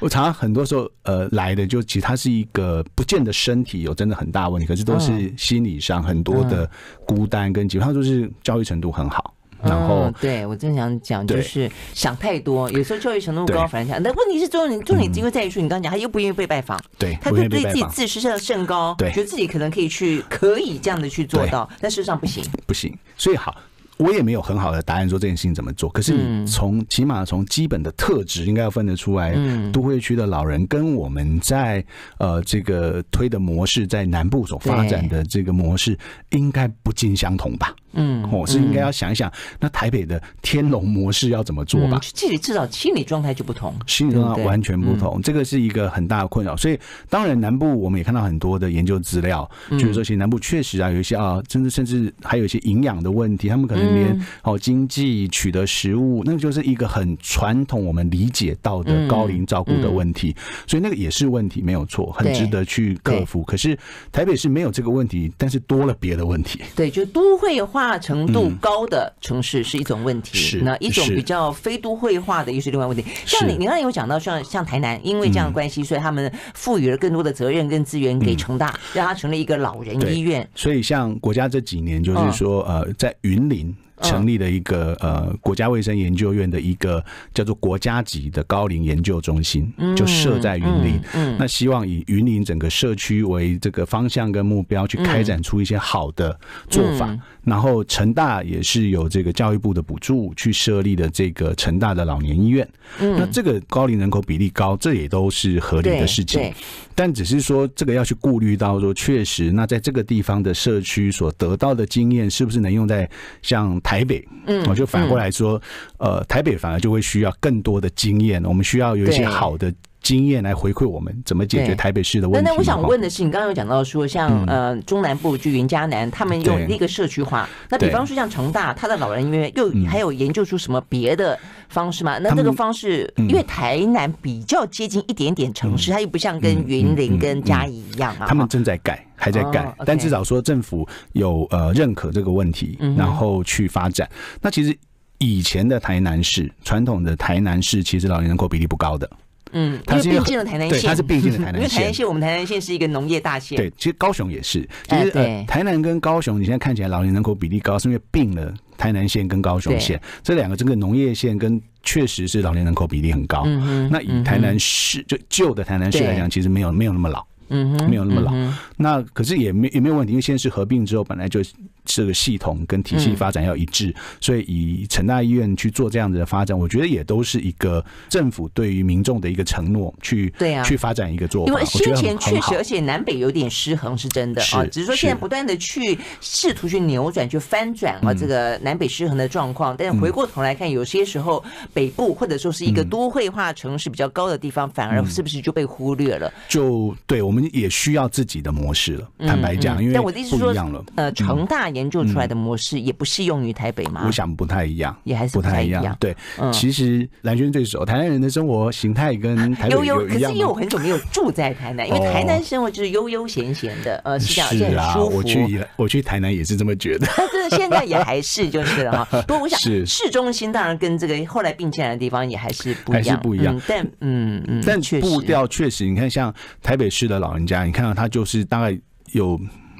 Speaker 2: 我常常很多时候呃来的就其实他是一个不见得身体有真的很大问题，可是都
Speaker 1: 嗯
Speaker 2: 是心理上很多的孤单跟寂寞。他就是教育程度很好，然后
Speaker 1: 嗯对我正想讲，就
Speaker 2: 对
Speaker 1: 是想太多，有时候教育程度
Speaker 2: 对
Speaker 1: 高，反正讲，但问题是重点重点因为在于说，你刚刚讲他又不愿意被拜访，
Speaker 2: 对
Speaker 1: 他
Speaker 2: 不愿
Speaker 1: 对
Speaker 2: 意
Speaker 1: 对
Speaker 2: 被拜
Speaker 1: 自己
Speaker 2: 访，
Speaker 1: 自视甚高，
Speaker 2: 对
Speaker 1: 觉得自己可能可以去可以这样的去做
Speaker 2: 对
Speaker 1: 到，但事实上不行，
Speaker 2: 不行，所以好。我也没有很好的答案说这件事情怎么做，可是
Speaker 1: 嗯
Speaker 2: 你从起码从基本的特质应该要分得出来，
Speaker 1: 嗯
Speaker 2: 都会区的老人跟我们在呃这个推的模式，在南部所发展的这个模式，应该不尽相同吧？嗯，我、是应该要想一想，那台北的天龙模式要怎么做吧
Speaker 1: 嗯？这里至少心理状态就不同。
Speaker 2: 心理
Speaker 1: 嗯
Speaker 2: 状
Speaker 1: 对
Speaker 2: 态
Speaker 1: 不对
Speaker 2: 完全不同，这个是一个很大的困扰。所以，当然南部我们也看到很多的研究资料，
Speaker 1: 嗯
Speaker 2: 就是说，其实南部确实啊有一些啊，甚至甚至还有一些营养的问题，他们可能连
Speaker 1: 嗯
Speaker 2: 哦经济取得食物，那就是一个很传统我们理解到
Speaker 1: 嗯
Speaker 2: 的高龄照顾的问题，所以那个也是问题，没有错，很
Speaker 1: 对
Speaker 2: 值得去克服。可是台北是没有这个问题，但是多了别的问题。
Speaker 1: 对，就都会化程度高的城市是一种问题，
Speaker 2: 嗯是
Speaker 1: 那一种
Speaker 2: 是
Speaker 1: 比较非都会化的又是另外问题。像你，
Speaker 2: 是
Speaker 1: 你刚才有讲到像像台南，因为这样的关系，所以他们赋予了更多的责任跟资源给成
Speaker 2: 嗯
Speaker 1: 大，让它成了一个老人
Speaker 2: 对
Speaker 1: 医院。
Speaker 2: 所以，像国家这几年
Speaker 1: 嗯
Speaker 2: 就是说，呃，在云林成立了一个呃国家卫生研究院的一个叫做国家级的高龄研究中心，
Speaker 1: 嗯
Speaker 2: 就设在云林。那希望以云林整个社区为这个方向跟目标，去开展出一些好的做法。
Speaker 1: 嗯
Speaker 2: 然后，成大也是有这个教育部的补助去设立的这个成大的老年医院。
Speaker 1: 嗯
Speaker 2: 那这个高龄人口比例高，这也都是合理
Speaker 1: 对
Speaker 2: 的事情
Speaker 1: 对。
Speaker 2: 但只是说这个要去顾虑到说，确实，那在这个地方的社区所得到的经验，是不是能用在像台北？嗯，我就反过来说，
Speaker 1: 嗯
Speaker 2: 呃，台北反而就会需要更多的经验，我们需要有一
Speaker 1: 对
Speaker 2: 些好的经验来回馈我们怎么解
Speaker 1: 对
Speaker 2: 决台北市的
Speaker 1: 那
Speaker 2: 问题。
Speaker 1: 那我想
Speaker 2: 哦
Speaker 1: 问的啊是，你刚刚有讲到说，像呃中南部就云嘉南，他们用
Speaker 2: 对
Speaker 1: 那个社区化。那比
Speaker 2: 对嗯
Speaker 1: 方说像成大，他的老人医院又还有研究出什么别的方式吗？那
Speaker 2: 他
Speaker 1: 这
Speaker 2: 们嗯
Speaker 1: 个方式，因为台南比较接近一点点城市，它又不像
Speaker 2: 嗯
Speaker 1: 跟云林跟嘉义一样啊。
Speaker 2: 他们
Speaker 1: 哈
Speaker 2: 正在改，还在改，
Speaker 1: 哦，OK
Speaker 2: 但至少说政府有呃认可这个问题，
Speaker 1: 嗯
Speaker 2: 然后去发展。那其实以前的台南市，传统的台南市其实老年人口比例不高的，
Speaker 1: 嗯，因
Speaker 2: 它
Speaker 1: 为
Speaker 2: 是一个
Speaker 1: 并进了台南
Speaker 2: 对，
Speaker 1: 县
Speaker 2: 它是，并进的台
Speaker 1: 因为
Speaker 2: 南
Speaker 1: 台
Speaker 2: 县
Speaker 1: 南。县我们台南县是一个农业大县。
Speaker 2: 对，其实高雄也是，其
Speaker 1: 哎
Speaker 2: 实、
Speaker 1: 对
Speaker 2: 呃，台南跟高雄，你现在看起来老年人口比例高，是因为并了台南县跟高雄县这两个这个农业县跟确实是老年人口比例很高。
Speaker 1: 嗯
Speaker 2: 那以台南市、就旧的台南市来讲，其实没有没有那么老。
Speaker 1: 嗯哼，
Speaker 2: 没有那么老
Speaker 1: 嗯哼
Speaker 2: 那可是也没也没有问题，因为县市合并之后，本来就这个系统跟体
Speaker 1: 嗯
Speaker 2: 系发展要一致，所以以成大医院去做这样子的发展，我觉得也都是一个政府对于民众的一个承诺，去
Speaker 1: 对啊
Speaker 2: 去发展一个做
Speaker 1: 因
Speaker 2: 法，
Speaker 1: 为
Speaker 2: 我觉
Speaker 1: 先
Speaker 2: 得
Speaker 1: 前
Speaker 2: 很
Speaker 1: 确
Speaker 2: 很好
Speaker 1: 实，而。且南北有点失衡是真的
Speaker 2: 是
Speaker 1: 啊，只是说现在
Speaker 2: 是
Speaker 1: 不断的去试图去扭转、去翻转
Speaker 2: 嗯
Speaker 1: 啊这个南北失衡的状况。但是回过头来看，有些时候北部或者说是一
Speaker 2: 嗯
Speaker 1: 个都会化城市比较高的地方，反而是不是就被忽略了？
Speaker 2: 就对我们也需要自己的模式了。坦白讲，因为
Speaker 1: 嗯但我的意思是
Speaker 2: 不
Speaker 1: 说
Speaker 2: 一样了，，
Speaker 1: 呃，成大研究出来的模式也不适用于台北嘛
Speaker 2: 我？想不太一样，
Speaker 1: 啊也还是
Speaker 2: 不
Speaker 1: 不太
Speaker 2: 太
Speaker 1: 一样嗯
Speaker 2: 样。对，其实蓝轩最熟，台南人的生活形 态跟台北
Speaker 1: 悠
Speaker 2: 有
Speaker 1: 悠，可是
Speaker 2: 一样
Speaker 1: 因为我
Speaker 2: 吗？
Speaker 1: 很久没有住在台南，因为
Speaker 2: 哦
Speaker 1: 台南生活就是悠悠闲闲的，呃，是这样，而
Speaker 2: 是
Speaker 1: 且很
Speaker 2: 啊，
Speaker 1: 舒服。
Speaker 2: 我去宜兰我去台南也是这么觉得。
Speaker 1: 但真的现在也还是就是了哈。不过我想，
Speaker 2: 是
Speaker 1: 市中心当然跟这个后来并进来的地方也还是不一
Speaker 2: 还
Speaker 1: 样，
Speaker 2: 是不一样
Speaker 1: 嗯、但嗯嗯，
Speaker 2: 但
Speaker 1: 确实
Speaker 2: 步调确实，你看像台北市的老人家，你看到他就是大概有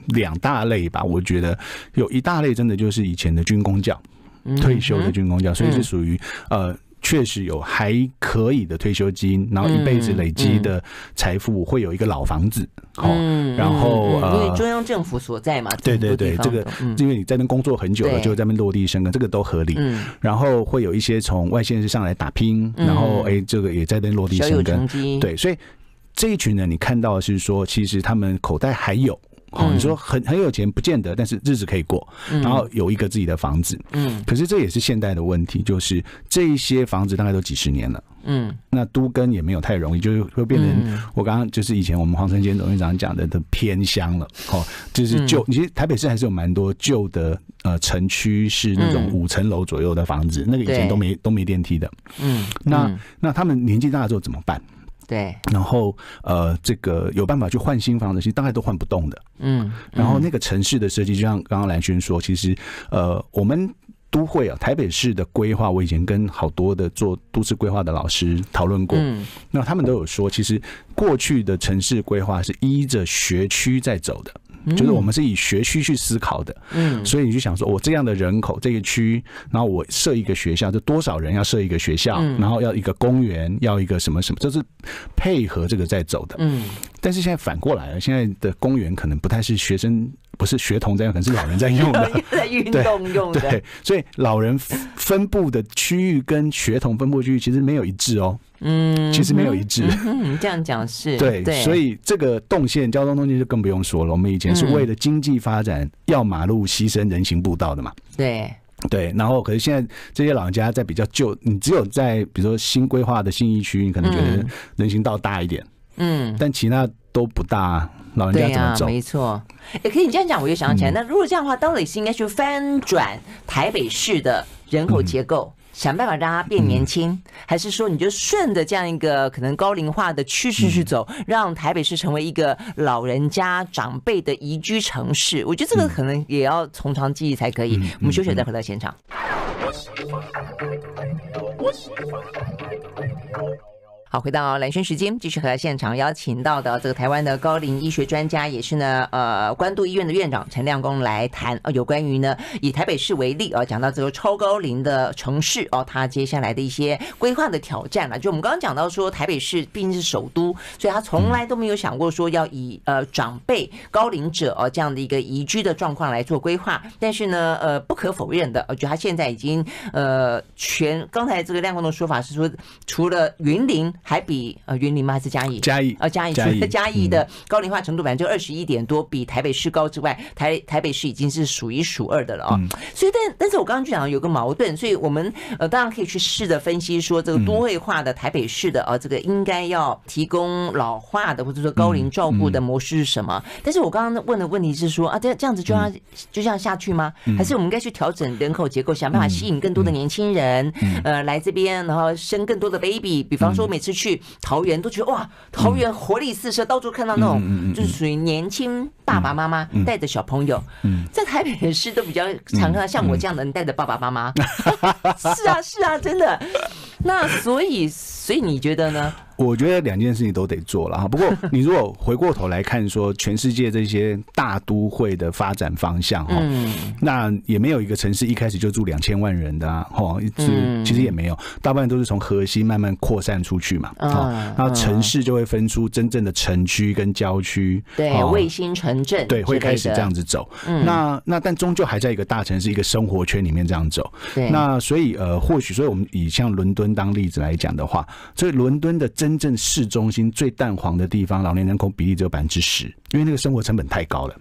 Speaker 2: 两大类吧，我觉得有一大类真的就是以前的军工教，
Speaker 1: 嗯
Speaker 2: 退休的军工教，所以是属于呃。确实有还可以的退休金，然后一辈子累积的财富会有一个老房子，哦好、然后、
Speaker 1: 嗯嗯因为
Speaker 2: 呃，
Speaker 1: 中央政府所在嘛，
Speaker 2: 对
Speaker 1: 很多
Speaker 2: 对对，
Speaker 1: 地方
Speaker 2: 这个
Speaker 1: 都嗯
Speaker 2: 因为你在那边工作很久了，
Speaker 1: 对嗯
Speaker 2: 就在那边落地生根，这个都合理。然后会有一些从外县市上来打拼，然后哎，这个也在那边落地
Speaker 1: 嗯小有
Speaker 2: 生根
Speaker 1: 成，绩，
Speaker 2: 对，所以这一群人，你看到的是说，其实他们口袋还有。哦，
Speaker 1: 嗯
Speaker 2: 你说很很有钱，不见得，但是日子可以过，然后有一个自己的房子，
Speaker 1: 嗯
Speaker 2: 可是这也是现代的问题，就是这一些房子大概都几十年了，
Speaker 1: 嗯
Speaker 2: 那都跟也没有太容易，就是会变成、我刚刚就是以前我们黄生坚董事长讲的的偏乡了，哦，
Speaker 1: 嗯
Speaker 2: 就是旧，其实台北市还是有蛮多旧的呃城区是那种
Speaker 1: 嗯
Speaker 2: 五层楼左右的房子，那个以
Speaker 1: 对
Speaker 2: 前都没都没电梯的，
Speaker 1: 嗯，
Speaker 2: 那、
Speaker 1: 嗯
Speaker 2: 那他们年纪大了之后怎么办？
Speaker 1: 对，
Speaker 2: 然后呃，这个有办法去换新房的，其实大概都换不动的。
Speaker 1: 嗯
Speaker 2: 然后那个城市的设计，就像刚刚蓝轩说，其实呃，我们都会啊，台北市的规划，我以前跟好多的做都市规划的老师讨论过，
Speaker 1: 嗯
Speaker 2: 那他们都有说，其实过去的城市规划是依着学区在走的。就是我们是以学区去思考的，
Speaker 1: 嗯
Speaker 2: 所以你就想说，我这样的人口这个区，然后我设一个学校，就多少人要设一个学校，
Speaker 1: 嗯
Speaker 2: 然后要一个公园，要一个什么什么，这是配合这个在走的。
Speaker 1: 嗯，
Speaker 2: 但是现在反过来了，现在的公园可能不太是学生，不是学童在用，可能是老人在用 的。
Speaker 1: 在运动用的
Speaker 2: 对，，所以老人分布的区域跟学童分布区域其实没有一致哦。
Speaker 1: 嗯，
Speaker 2: 其实没有一致。
Speaker 1: 嗯，这样讲是
Speaker 2: 对，所以这个动线交通动线就更不用说了。我们以前是为了经济发展要马路牺牲人行步道的嘛。
Speaker 1: 对，
Speaker 2: 对，然后可是现在这些老人家在比较旧，你只有在比如说新规划的新一区，你可能觉得
Speaker 1: 嗯
Speaker 2: 人行道大一点，
Speaker 1: 嗯。
Speaker 2: 但其他都不大啊，老人
Speaker 1: 对
Speaker 2: 家怎
Speaker 1: 呀
Speaker 2: 么、走？嗯
Speaker 1: 没错。也可以你这样讲，我就想起来，那如果这样的话，当然也是应该去翻转台北市的人口结
Speaker 2: 嗯
Speaker 1: 构，想办法让它变年轻，还是说你就顺着这样一个可能高龄化的趋势去走，
Speaker 2: 嗯
Speaker 1: 让台北市成为一个老人家长辈的宜居城市？我觉得
Speaker 2: 嗯
Speaker 1: 这个可能也要从长计议才可以。我们休息再回到现场。好，回到蓝轩时间，继续和现场邀请到的这个台湾的高龄医学专家，也是呢呃关渡医院的院长陈亮公来谈呃有关于呢以台北市为例哦、讲到这个超高龄的城市哦，它接下来的一些规划的挑战了。就我们刚刚讲到说，台北市毕竟是首都，所以他从来都没有想过说要以呃长辈高龄者哦这样的一个宜居的状况来做规划。但是呢，呃，不可否认的，我觉得他现在已经呃全刚才这个亮公的说法是说，除了云林还比呃云林吗还是嘉义？
Speaker 2: 嘉义
Speaker 1: 啊，嘉义除
Speaker 2: 嘉义嗯
Speaker 1: 了 嘉义的高龄化程度百分之二十一点多，比台北市高之外，台台北市已经是数一数二的了哦。
Speaker 2: 嗯
Speaker 1: 所以，但但是我刚刚就讲有个矛盾，所以我们呃当然可以去试着分析说，
Speaker 2: 嗯
Speaker 1: 这个都会化的台北市的呃这个应该要提供老化的或者说高
Speaker 2: 嗯
Speaker 1: 龄照顾的模式是什么？但是我刚刚问的问题是说啊，这这样子就
Speaker 2: 嗯
Speaker 1: 要就这样下去吗？还是我们应该去调整人口结构，想办法
Speaker 2: 嗯
Speaker 1: 吸引更多的年轻人呃来这边，然后生更多的 baby？比
Speaker 2: 嗯
Speaker 1: 方说，我每次去桃园都觉得哇，桃园活力四射，到处看到那
Speaker 2: 嗯
Speaker 1: 种就是属于年轻爸爸妈妈带着小朋友，
Speaker 2: 嗯
Speaker 1: 在台北市都比较常看到像我这样的人带着爸爸妈妈。
Speaker 2: 嗯
Speaker 1: 是啊，是啊，真的。那所以，所以你觉得呢？
Speaker 2: 我觉得两件事情都得做了哈。不 过你如果回过头来看，说全世界这些大都会的发展方向哈，
Speaker 1: 嗯
Speaker 2: 那也没有一个城市一开始就住两千万人的啊，哈，
Speaker 1: 嗯
Speaker 2: 这其实也没有，大部分都是从核心慢慢扩散出去嘛，
Speaker 1: 嗯
Speaker 2: 哈，那城市就会分出真正的城区跟郊区，
Speaker 1: 对，
Speaker 2: 哦
Speaker 1: 卫星城镇
Speaker 2: 对，会
Speaker 1: 之类
Speaker 2: 开始
Speaker 1: 的嗯
Speaker 2: 这样。子走。那那但终究还在一个大城市、一个生活圈里面这样走。
Speaker 1: 对，
Speaker 2: 那所以呃，或许所以我们以像伦敦当例子来讲的话，所以伦敦的真正市中心最淡黄的地方，老年人口比例只有百分之十，因为那个生活成本太高了，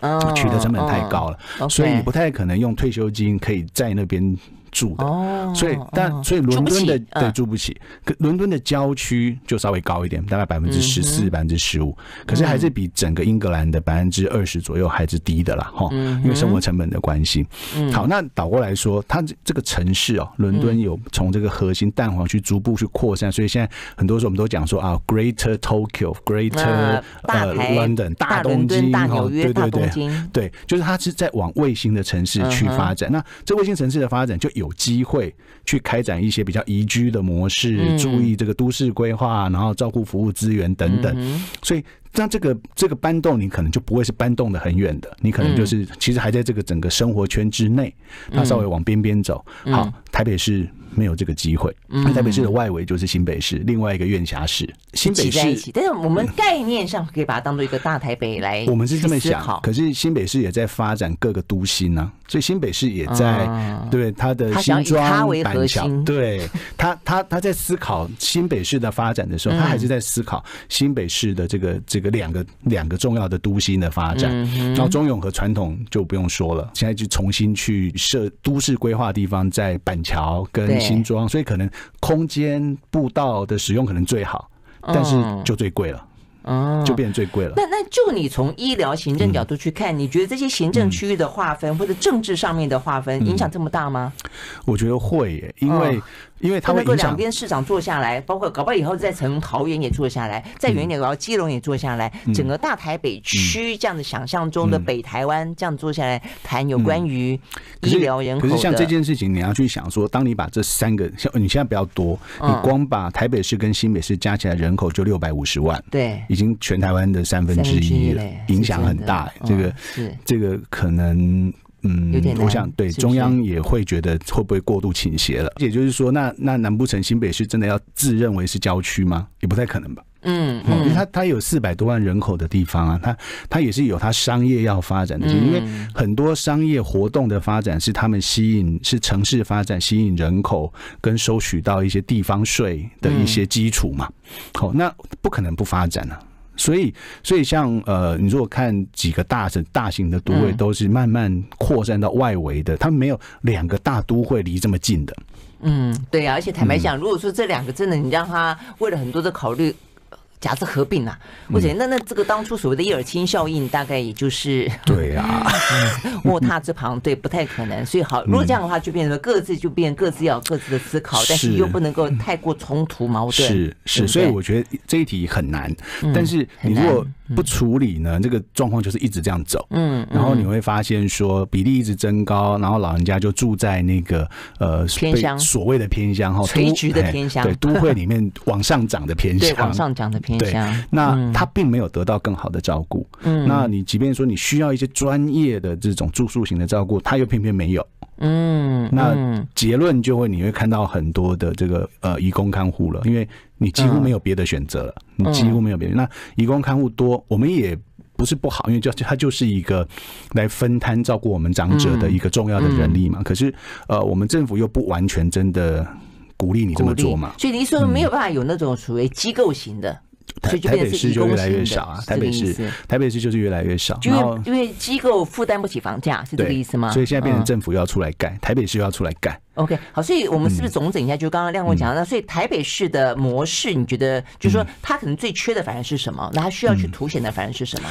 Speaker 1: 那
Speaker 2: 取得成本太高了，
Speaker 1: 哦 OK
Speaker 2: 所以你不太可能用退休金可以在那边住的。
Speaker 1: 哦。
Speaker 2: 所以，但
Speaker 1: 哦
Speaker 2: 所以伦敦
Speaker 1: 住
Speaker 2: 的
Speaker 1: 不起
Speaker 2: 对
Speaker 1: 嗯
Speaker 2: 住不起，可伦敦的郊区就稍微高一点，大概百分之十四、百分之十五，可是还是比整个英格兰的百分之二十左右还是低的啦，哈，因为生活成本的关系。
Speaker 1: 嗯
Speaker 2: 好，那倒过来说，它这这个城市哦，伦敦有从这个核心蛋黄去逐步去扩散，所以现在很多时候我们都讲说啊，Greater Tokyo、Greater
Speaker 1: 那大
Speaker 2: 呃
Speaker 1: 台
Speaker 2: London、
Speaker 1: 大
Speaker 2: 东
Speaker 1: 伦敦
Speaker 2: 京，
Speaker 1: 大
Speaker 2: 哈
Speaker 1: 纽约
Speaker 2: 对
Speaker 1: 大
Speaker 2: 对
Speaker 1: 东
Speaker 2: 对，
Speaker 1: 京嗯
Speaker 2: 对，就是它是在往卫星的城市去发展。那这卫星城市的发展就有机会去开展一些比较宜居的模式，
Speaker 1: 嗯
Speaker 2: 注意这个都市规划，然后照顾服务资源等
Speaker 1: 嗯
Speaker 2: 等。所以，那这个这个搬动，你可能就不会是搬动的很远的，你可能就是、
Speaker 1: 嗯
Speaker 2: 其实还在这个整个生活圈之内，那稍微往边边走。
Speaker 1: 嗯
Speaker 2: 好，台北市没有这个机会，因为台北市的外围就是新北市，另外一个院辖市。新北
Speaker 1: 挤在一
Speaker 2: 市
Speaker 1: 起，但是我们概念上可以把它当做一个大台北来，
Speaker 2: 嗯我们是这么想
Speaker 1: 考，。
Speaker 2: 可是新北市也在发展各个都心呢、所以新北市也在、
Speaker 1: 嗯
Speaker 2: 对它的
Speaker 1: 它想
Speaker 2: 新
Speaker 1: 以它
Speaker 2: 庄
Speaker 1: 为核
Speaker 2: 板桥
Speaker 1: 心，
Speaker 2: 对它它它在思考新北市的发展的时候，它
Speaker 1: 嗯
Speaker 2: 还是在思考新北市的这个这个两个两个重要的都心的发展。
Speaker 1: 嗯
Speaker 2: 然后中永和传统就不用说了，现在就重新去设都市规划地方在板桥
Speaker 1: 对
Speaker 2: 跟新庄，所以可能空间步道的使用可能最好，但是
Speaker 1: 嗯
Speaker 2: 就最贵了，
Speaker 1: 嗯
Speaker 2: 就变成最贵了。
Speaker 1: 那那就你从医疗行政角度去看，你觉得这些行政区域的划分、或者政治上面的划
Speaker 2: 嗯
Speaker 1: 分影响这么大吗？
Speaker 2: 我觉得会耶，因为、
Speaker 1: 嗯
Speaker 2: 因为它会
Speaker 1: 能够
Speaker 2: 影
Speaker 1: 两
Speaker 2: 响。
Speaker 1: 边市长坐下来，包括搞不好以后再从桃园也坐下来，
Speaker 2: 嗯
Speaker 1: 再远一点，然后基隆也坐下来，整个大台北区这样子想象中的
Speaker 2: 嗯
Speaker 1: 北台湾这样坐下来谈有关于
Speaker 2: 可
Speaker 1: 医
Speaker 2: 是
Speaker 1: 疗人口
Speaker 2: 可是像这
Speaker 1: 的。
Speaker 2: 件事情，你要去想说，当你把这三个，像你现在不要多，你
Speaker 1: 嗯
Speaker 2: 光把台北市跟新北市加起来人口就六百五十万，
Speaker 1: 对，
Speaker 2: 已经全台湾的三分之一
Speaker 1: 三
Speaker 2: 了
Speaker 1: 分之一嘞，
Speaker 2: 影响很大。
Speaker 1: 是
Speaker 2: 这
Speaker 1: 真的
Speaker 2: 个
Speaker 1: 嗯是
Speaker 2: 这个可能。嗯
Speaker 1: 有点，难
Speaker 2: 我想对
Speaker 1: 是不是
Speaker 2: 中央也会觉得会不会过度倾斜了？也就是说，那那难不成新北市真的要自认为是郊区吗？也不太可能吧。
Speaker 1: 嗯
Speaker 2: 哦因为它它有四百多万人口的地方啊，它它也是有它商业要发展的，因为
Speaker 1: 嗯
Speaker 2: 很多商业活动的发展是他们吸引是城市发展吸引人口跟收取到一些地方税的一
Speaker 1: 嗯
Speaker 2: 些基础嘛。好、那不可能不发展啊。所以，所以像呃，你如果看几个大省大型的都会，
Speaker 1: 嗯
Speaker 2: 都是慢慢扩散到外围的，他们没有两个大都会离这么近的。
Speaker 1: 嗯，对啊，而且坦白讲，如果说这两个真的，你让他为了很多的考虑，呃假设合并啊，或
Speaker 2: 嗯
Speaker 1: 者那那这个当初所谓的叶尔钦效应，大概也就是
Speaker 2: 对
Speaker 1: 哎
Speaker 2: 啊，
Speaker 1: 莫大之旁，对，不太可能。所以好，如果这样的话，就变成了各自就变各自要有各自的思考，但是
Speaker 2: 是
Speaker 1: 又不能够太过冲突矛盾。哦
Speaker 2: 是
Speaker 1: 对
Speaker 2: 是，
Speaker 1: 不
Speaker 2: 所以
Speaker 1: 对
Speaker 2: 我觉得这一题很难，
Speaker 1: 嗯
Speaker 2: 但是你如果
Speaker 1: 很
Speaker 2: 不处理呢，这个状况就是一直这样走。
Speaker 1: 嗯，
Speaker 2: 然后你会发现说比例一直增高，然后老人家就住在那个呃
Speaker 1: 偏
Speaker 2: 被
Speaker 1: 乡
Speaker 2: 所谓的偏乡哈，
Speaker 1: 垂
Speaker 2: 都
Speaker 1: 直的
Speaker 2: 哎
Speaker 1: 偏乡
Speaker 2: 对，都会里面往上涨的偏
Speaker 1: 对
Speaker 2: 乡，
Speaker 1: 往上讲的偏
Speaker 2: 对
Speaker 1: 向，
Speaker 2: 那他并没有得到更好的照顾。嗯，那你即便说你需要一些专业的这种住宿型的照顾，他又偏偏没有。
Speaker 1: 嗯，
Speaker 2: 那结论就会你会看到很多的这个呃移工看护了，因为你几
Speaker 1: 嗯
Speaker 2: 乎没有别的选择了，你几乎没有别的。那移工看护多，我们也。不是不好，因为就它就是一个来分摊照顾我们长者
Speaker 1: 嗯
Speaker 2: 的一个重要的人力嘛。可是，呃，我们政府又不完全真的鼓励你这
Speaker 1: 鼓
Speaker 2: 么
Speaker 1: 励
Speaker 2: 做嘛。
Speaker 1: 所以你说没有办法有那种属于机构型的，
Speaker 2: 台
Speaker 1: 所以就
Speaker 2: 台
Speaker 1: 变
Speaker 2: 北
Speaker 1: 成
Speaker 2: 市
Speaker 1: 是移
Speaker 2: 就
Speaker 1: 工
Speaker 2: 越来越
Speaker 1: 型的
Speaker 2: 少啊，
Speaker 1: 是这
Speaker 2: 台
Speaker 1: 个
Speaker 2: 北
Speaker 1: 意
Speaker 2: 市
Speaker 1: 思
Speaker 2: 台北市就是越来越少，
Speaker 1: 因
Speaker 2: 然后
Speaker 1: 为因为机构负担不起房价，是这个
Speaker 2: 对
Speaker 1: 意思吗？
Speaker 2: 所以现在变
Speaker 1: 嗯
Speaker 2: 成政府又要出来盖，台北市又要出来盖。
Speaker 1: OK，好，所以我们是不是总整一下？就刚刚亮光
Speaker 2: 嗯
Speaker 1: 讲到，所以台北市的模式，你觉得就是说它可能最缺的反而是什么？那它需要去凸显的反而是什么？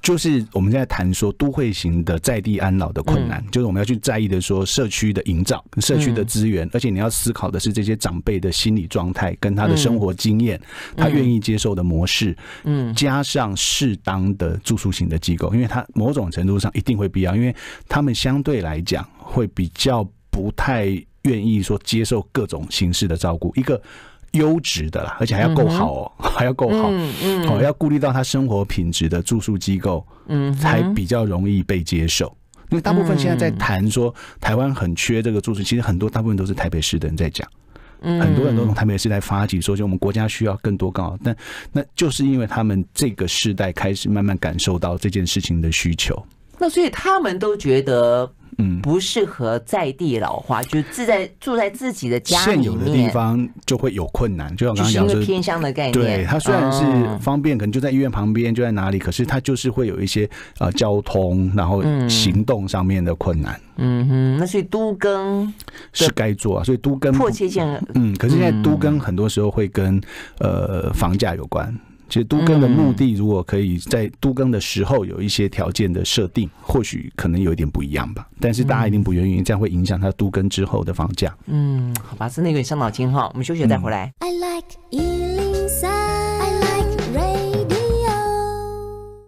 Speaker 2: 就是我们现在谈说都会型的在地安老的困难，就是我们要去在意的说社区的营造、社区的资源，而且你要思考的是这些长辈的心理状态跟他的生活经验，他愿意接受的模式，嗯，加上适当的住宿型的机构，因为它某种程度上一定会必要，因为他们相对来讲会比较不太愿意说接受各种形式的照顾，一个。优质的啦，而且还要够好哦， 还要够好，
Speaker 1: 嗯嗯
Speaker 2: 哦，要顾虑到他生活品质的住宿机构，
Speaker 1: 嗯哼，嗯
Speaker 2: 才比较容易被接受。因为大部分现在在谈说台湾很缺这个住宿，其实很多大部分都是台北市的人在讲，
Speaker 1: 嗯
Speaker 2: 很多人都从台北市来发起说，就我们国家需要更多更好，但那就是因为他们这个世代开始慢慢感受到这件事情的需求。
Speaker 1: 那所以他们都觉得。
Speaker 2: 嗯
Speaker 1: 不适合在地老化，就自在住在自己的家
Speaker 2: 现
Speaker 1: 里
Speaker 2: 有的地
Speaker 1: 面，
Speaker 2: 方就会有困难，就像我
Speaker 1: 就是
Speaker 2: 刚刚讲
Speaker 1: 因为
Speaker 2: 说，
Speaker 1: 偏乡的概念。
Speaker 2: 对，它虽然是
Speaker 1: 嗯
Speaker 2: 方便，可能就在医院旁边，就在哪里，可是它就是会有一些呃交通，然后行动上面的困难，
Speaker 1: 嗯哼，那所以都更
Speaker 2: 是该做啊。所以都跟
Speaker 1: 迫切性
Speaker 2: 嗯，可是现在都更很多时候会跟呃房价有关。其实都更的目的，如果可以在都更的时候有一些条件的设定，或许可能有一点不一样吧。但是大家一定不愿意，这样会影响它都更之后的房价。
Speaker 1: 嗯，好吧，真的有点伤脑筋哈。我们休息了再回来。
Speaker 3: I like Ealing Sound. I like radio.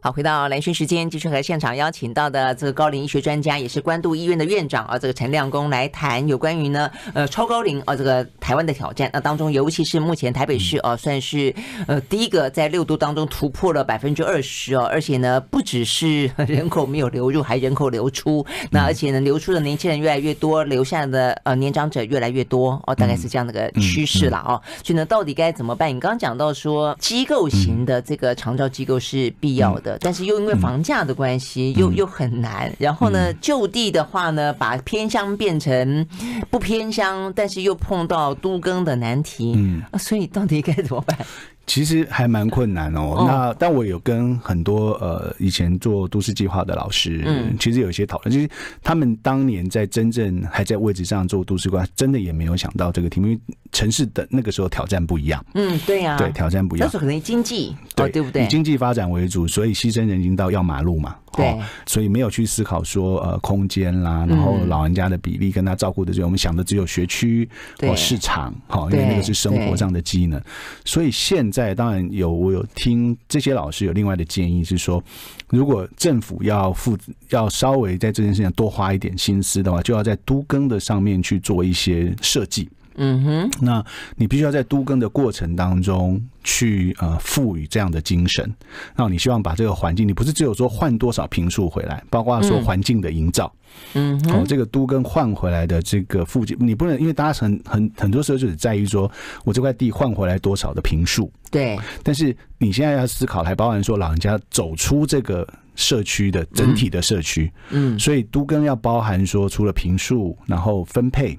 Speaker 1: 好，回到蓝轩时间，继续和现场邀请到的这个高龄医学专家，也是关渡医院的院长啊，这个陈亮公来谈有关于呢，呃，超高龄啊，这个台湾的挑战。那当中，尤其是目前台北市啊，算是呃第一个在六都当中突破了百分之二十哦，而且呢，不只是 人口没有流入，还人口流出。那而且呢，流出的年轻人越来越多，留下的呃年长者越来越多哦，大概是这样的个趋势了
Speaker 2: 嗯
Speaker 1: 哦。所以呢，到底该怎么办？你刚刚讲到说，机构型的这个长照机构是必要
Speaker 2: 嗯
Speaker 1: 的，但是又因为房价的关系，又又很难。然后
Speaker 2: 嗯
Speaker 1: 呢，就地的话呢，把偏乡变成不偏乡，但是又碰到都更的难题。嗯，所以到底该怎么 办？
Speaker 2: 其实还蛮困难哦。
Speaker 1: 哦
Speaker 2: 那但我有跟很多呃以前做都市计划的老师，
Speaker 1: 嗯
Speaker 2: 其实有一些讨论，就是他们当年在真正还在位置上做都市规划，真的也没有想到这个题目，因为城市的那个时候挑战不一样，
Speaker 1: 嗯，对呀、
Speaker 2: 对，挑战不一
Speaker 1: 那
Speaker 2: 样
Speaker 1: 时。候可能经济哦，对不对
Speaker 2: 以？经济发展为主，所以牺牲人行道要马路嘛，
Speaker 1: 对嗯
Speaker 2: 哦，所以没有去思考说呃空间啦，然后老人家的比例跟他照顾的这种，我们想的只有学区
Speaker 1: 对
Speaker 2: 哦市场，好、哦，因为
Speaker 1: 对
Speaker 2: 那个是生活上的机能，所以现在当然有我有听这些老师有另外的建议是说，如果政府要负要稍微在这件事情上多花一点心思的话，就要在都更的上面去做一些设计。
Speaker 1: 嗯哼，
Speaker 2: 那你必须要在都更的过程当中去呃赋予这样的精神，那你希望把这个环境，你不是只有说换多少平数回来，包括说环境的营造，
Speaker 1: 嗯哼，
Speaker 2: 哦，这个都跟换回来的这个附近，你不能因为大家很很很多时候就只在意说我这块地换回来多少的平数，
Speaker 1: 对，
Speaker 2: 但是你现在要思考，还包含说老人家走出这个社区的整体的社区，
Speaker 1: 嗯
Speaker 2: 所以都更要包含说除了平数，然后分配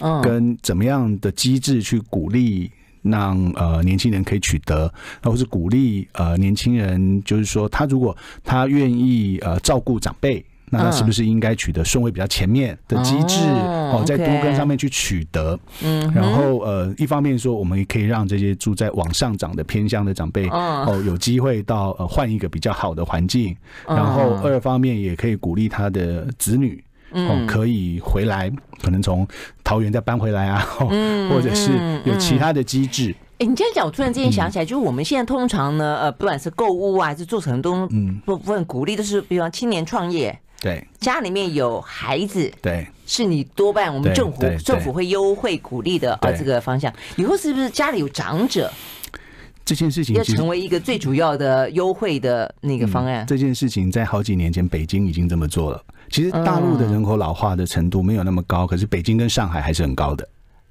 Speaker 1: 嗯
Speaker 2: 跟怎么样的机制去鼓励。让呃年轻人可以取得，然后是鼓励呃年轻人，就是说他如果他愿意呃照顾长辈，那他
Speaker 1: 嗯
Speaker 2: 是不是应该取得顺位比较前面的机制
Speaker 1: 哦
Speaker 2: 哦，在都
Speaker 1: OK
Speaker 2: 更上面去取得。
Speaker 1: 嗯，
Speaker 2: 然后呃，一方面说我们也可以让这些住在往上涨的偏乡的长辈。
Speaker 1: 嗯，
Speaker 2: 哦，有机会到呃换一个比较好的环境，
Speaker 1: 嗯
Speaker 2: 然后二方面也可以鼓励他的子女哦
Speaker 1: 嗯，
Speaker 2: 可以回来，可能从桃园再搬回来啊，哦
Speaker 1: 嗯
Speaker 2: 或者是
Speaker 1: 嗯
Speaker 2: 有其
Speaker 1: 嗯
Speaker 2: 他的机制，
Speaker 1: 哎，你这样讲，我突然之间
Speaker 2: 嗯
Speaker 1: 想起来，就是我们现在通常呢，呃，不管是购物啊，还是做成东
Speaker 2: 嗯
Speaker 1: 部分鼓励，都是比方青年创业，
Speaker 2: 对
Speaker 1: 家里面有孩子，
Speaker 2: 对
Speaker 1: 是你多半我们
Speaker 2: 对
Speaker 1: 政府
Speaker 2: 对对
Speaker 1: 政府会优惠鼓励的啊，
Speaker 2: 对
Speaker 1: 这个方向。以后是不是家里有长者，
Speaker 2: 这件事情
Speaker 1: 要
Speaker 2: 其实嗯
Speaker 1: 成为一个最主要的优惠的那个方案？
Speaker 2: 这件事情在好几年前北京已经这么做了。其实大陆
Speaker 1: 嗯
Speaker 2: 的人口老化的程度没有那么高，可是北京跟上海还是很高的。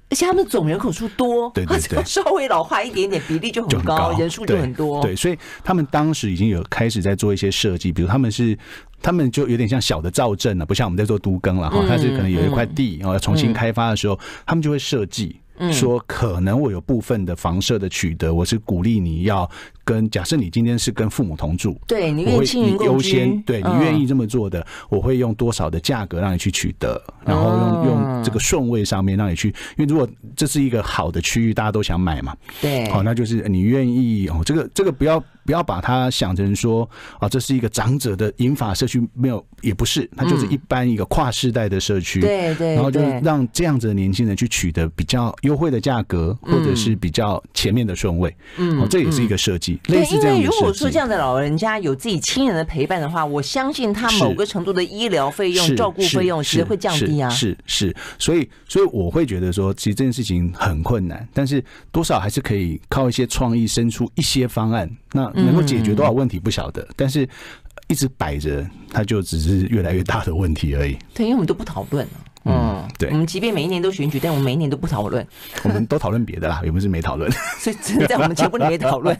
Speaker 1: 而且他们总人口数多，
Speaker 2: 对 对
Speaker 1: 他只要
Speaker 2: 对
Speaker 1: 稍微老化一点点，比例就
Speaker 2: 就
Speaker 1: 很
Speaker 2: 很高，
Speaker 1: 人数就
Speaker 2: 对
Speaker 1: 很多。
Speaker 2: 对，所以他们当时已经有开始在做一些设计，比如他们是。他们就有点像小的造镇啊了，不像我们在做都更了哈
Speaker 1: 嗯，
Speaker 2: 它是可能有一块地哦，要重新开发的时候，他们就会设计
Speaker 1: 嗯
Speaker 2: 说，可能我有部分的房舍的取得，我是鼓励你要跟，假设你今天是跟父母同住，
Speaker 1: 对，你
Speaker 2: 我
Speaker 1: 愿
Speaker 2: 会
Speaker 1: 意亲人
Speaker 2: 你
Speaker 1: 共
Speaker 2: 优
Speaker 1: 居
Speaker 2: 先，，对你
Speaker 1: 嗯
Speaker 2: 愿意这么做的，我会用多少的价格让你去取得，然后
Speaker 1: 哦
Speaker 2: 用用这个顺位上面让你去，因为如果这是一个好的区域，大家都想买嘛，
Speaker 1: 对，
Speaker 2: 好、那就是你愿意哦，这个这个不要不要把它想成说啊，这是一个长者的银发社区，没有也不是，它就是一般一个跨世代的社
Speaker 1: 嗯
Speaker 2: 区。
Speaker 1: 对对，
Speaker 2: 然后就是
Speaker 1: 对
Speaker 2: 让这样子的年轻人去取得比较优惠的价格，或者
Speaker 1: 嗯
Speaker 2: 是比较前面的顺位，嗯、哦，这也是一个设计，类
Speaker 1: 对，
Speaker 2: 似
Speaker 1: 因
Speaker 2: 这样
Speaker 1: 为
Speaker 2: 的
Speaker 1: 如
Speaker 2: 设
Speaker 1: 果
Speaker 2: 计
Speaker 1: 说这。样的老人家有自己亲人的陪伴的话，我相信他某
Speaker 2: 是
Speaker 1: 个程度的医疗费用、
Speaker 2: 是
Speaker 1: 照顾
Speaker 2: 是
Speaker 1: 费用其实
Speaker 2: 是
Speaker 1: 会降低啊。
Speaker 2: 是是是，所以所以我会觉得说，其实这件事情很困难，但是多少还是可以靠一些创意生出一些方案，那能够解决
Speaker 1: 嗯
Speaker 2: 多少问题不晓得，但是一直摆着，它就只是越来越大的问题而已。
Speaker 1: 对，因为我们都不讨论啊嗯，
Speaker 2: 对
Speaker 1: 我们即便每一年都选举，但我们每一年都不讨论，
Speaker 2: 我们都讨论别的啦，也不是没讨论。
Speaker 1: 所以只能在我们节目里面讨 论。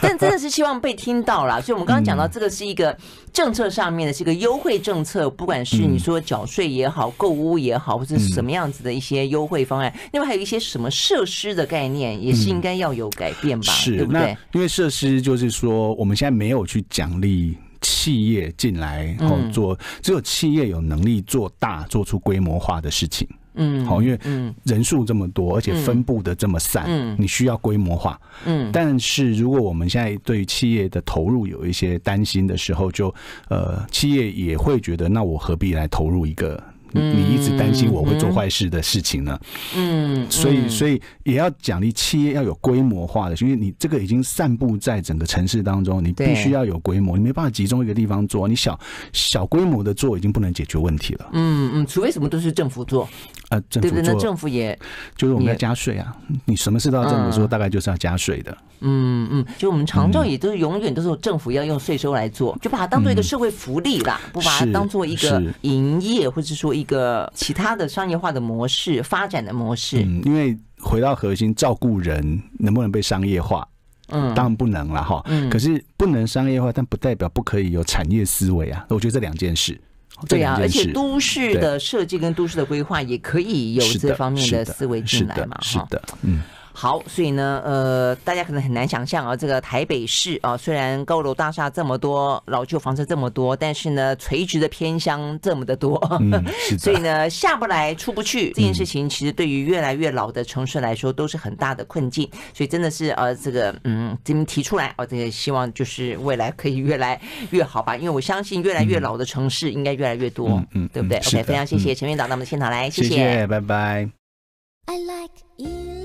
Speaker 1: 但真的是希望被听到啦。所以我们刚刚讲到，
Speaker 2: 嗯
Speaker 1: 这个是一个政策上面的，是一个优惠政策，不管是
Speaker 2: 嗯
Speaker 1: 你说缴税也好、购物也好，或者是什么样子的一些优惠方案。另外还有一些什么设施的概念，也是应该要有改变吧，
Speaker 2: 嗯 是，
Speaker 1: 对不对？
Speaker 2: 那因为设施就是说，我们现在没有去奖励。企业进来哦，
Speaker 1: 嗯
Speaker 2: 做只有企业有能力做大，做出规模化的事情。
Speaker 1: 嗯，
Speaker 2: 好，因为
Speaker 1: 嗯
Speaker 2: 人数这么多，而且分布的这么散，
Speaker 1: 嗯
Speaker 2: 你需要规模化。
Speaker 1: 嗯
Speaker 2: 但是如果我们现在对于企业的投入有一些担心的时候，就呃，企业也会觉得，那我何必来投入一个你你一直担心我会做坏事的事情呢？
Speaker 1: 嗯，
Speaker 2: 所以，
Speaker 1: 嗯
Speaker 2: 所以也要奖励企业要有规模化的，因为你这个已经散布在整个城市当中，你
Speaker 1: 对
Speaker 2: 必须要有规模，你没办法集中一个地方做，你小小规模的做已经不能解决问题了。
Speaker 1: 嗯嗯，除非什么都是政府做，
Speaker 2: 呃，政
Speaker 1: 对
Speaker 2: 府
Speaker 1: 不对？那
Speaker 2: 做
Speaker 1: 政府也，嗯
Speaker 2: 就是我们
Speaker 1: 你
Speaker 2: 要加税啊，你什么事都要政府说，大概就是要加税的。
Speaker 1: 嗯嗯，就我们常照也都是永远都是政府要用税收来做，就把它当做一个社会福利啦，不把它
Speaker 2: 嗯是
Speaker 1: 当做一个
Speaker 2: 是
Speaker 1: 营业或者说一个其他的商业化的模式、发展的模式。
Speaker 2: 嗯，因为回到核心，照顾人能不能被商业化？
Speaker 1: 嗯
Speaker 2: 当然不能了哈。
Speaker 1: 嗯
Speaker 2: 可是不能商业化，但不代表不可以有产业思维啊。我觉得这两件事，这
Speaker 1: 对啊
Speaker 2: 两，
Speaker 1: 而
Speaker 2: 件
Speaker 1: 且
Speaker 2: 事。
Speaker 1: 都市
Speaker 2: 对
Speaker 1: 的设计跟都市的规划也可以有
Speaker 2: 是
Speaker 1: 这
Speaker 2: 的
Speaker 1: 方面
Speaker 2: 是
Speaker 1: 的
Speaker 2: 的
Speaker 1: 思维
Speaker 2: 是
Speaker 1: 进来
Speaker 2: 的
Speaker 1: 嘛，
Speaker 2: 是
Speaker 1: 哈。
Speaker 2: 的，嗯，
Speaker 1: 好，所以呢，呃，大家可能很难想象啊，这个台北市啊，虽然高楼大厦这么多，老旧房子这么多，但是呢，垂直的偏乡这么的多，
Speaker 2: 嗯，是的。
Speaker 1: 所以呢，下不来出不去这件事情，其实对于越来越老的城市来说，都是很大的困境。所以真的是呃，这个嗯，这边提出来哦，这个希望就是未来可以越来越好吧，因为我相信越来越老的城市应该越来越多，
Speaker 2: 嗯嗯
Speaker 1: 对不对
Speaker 2: 嗯是
Speaker 1: ？OK，
Speaker 2: 的
Speaker 1: 非常谢谢陈院长到我们现场来，
Speaker 2: 谢谢，拜拜。
Speaker 3: I like Ealing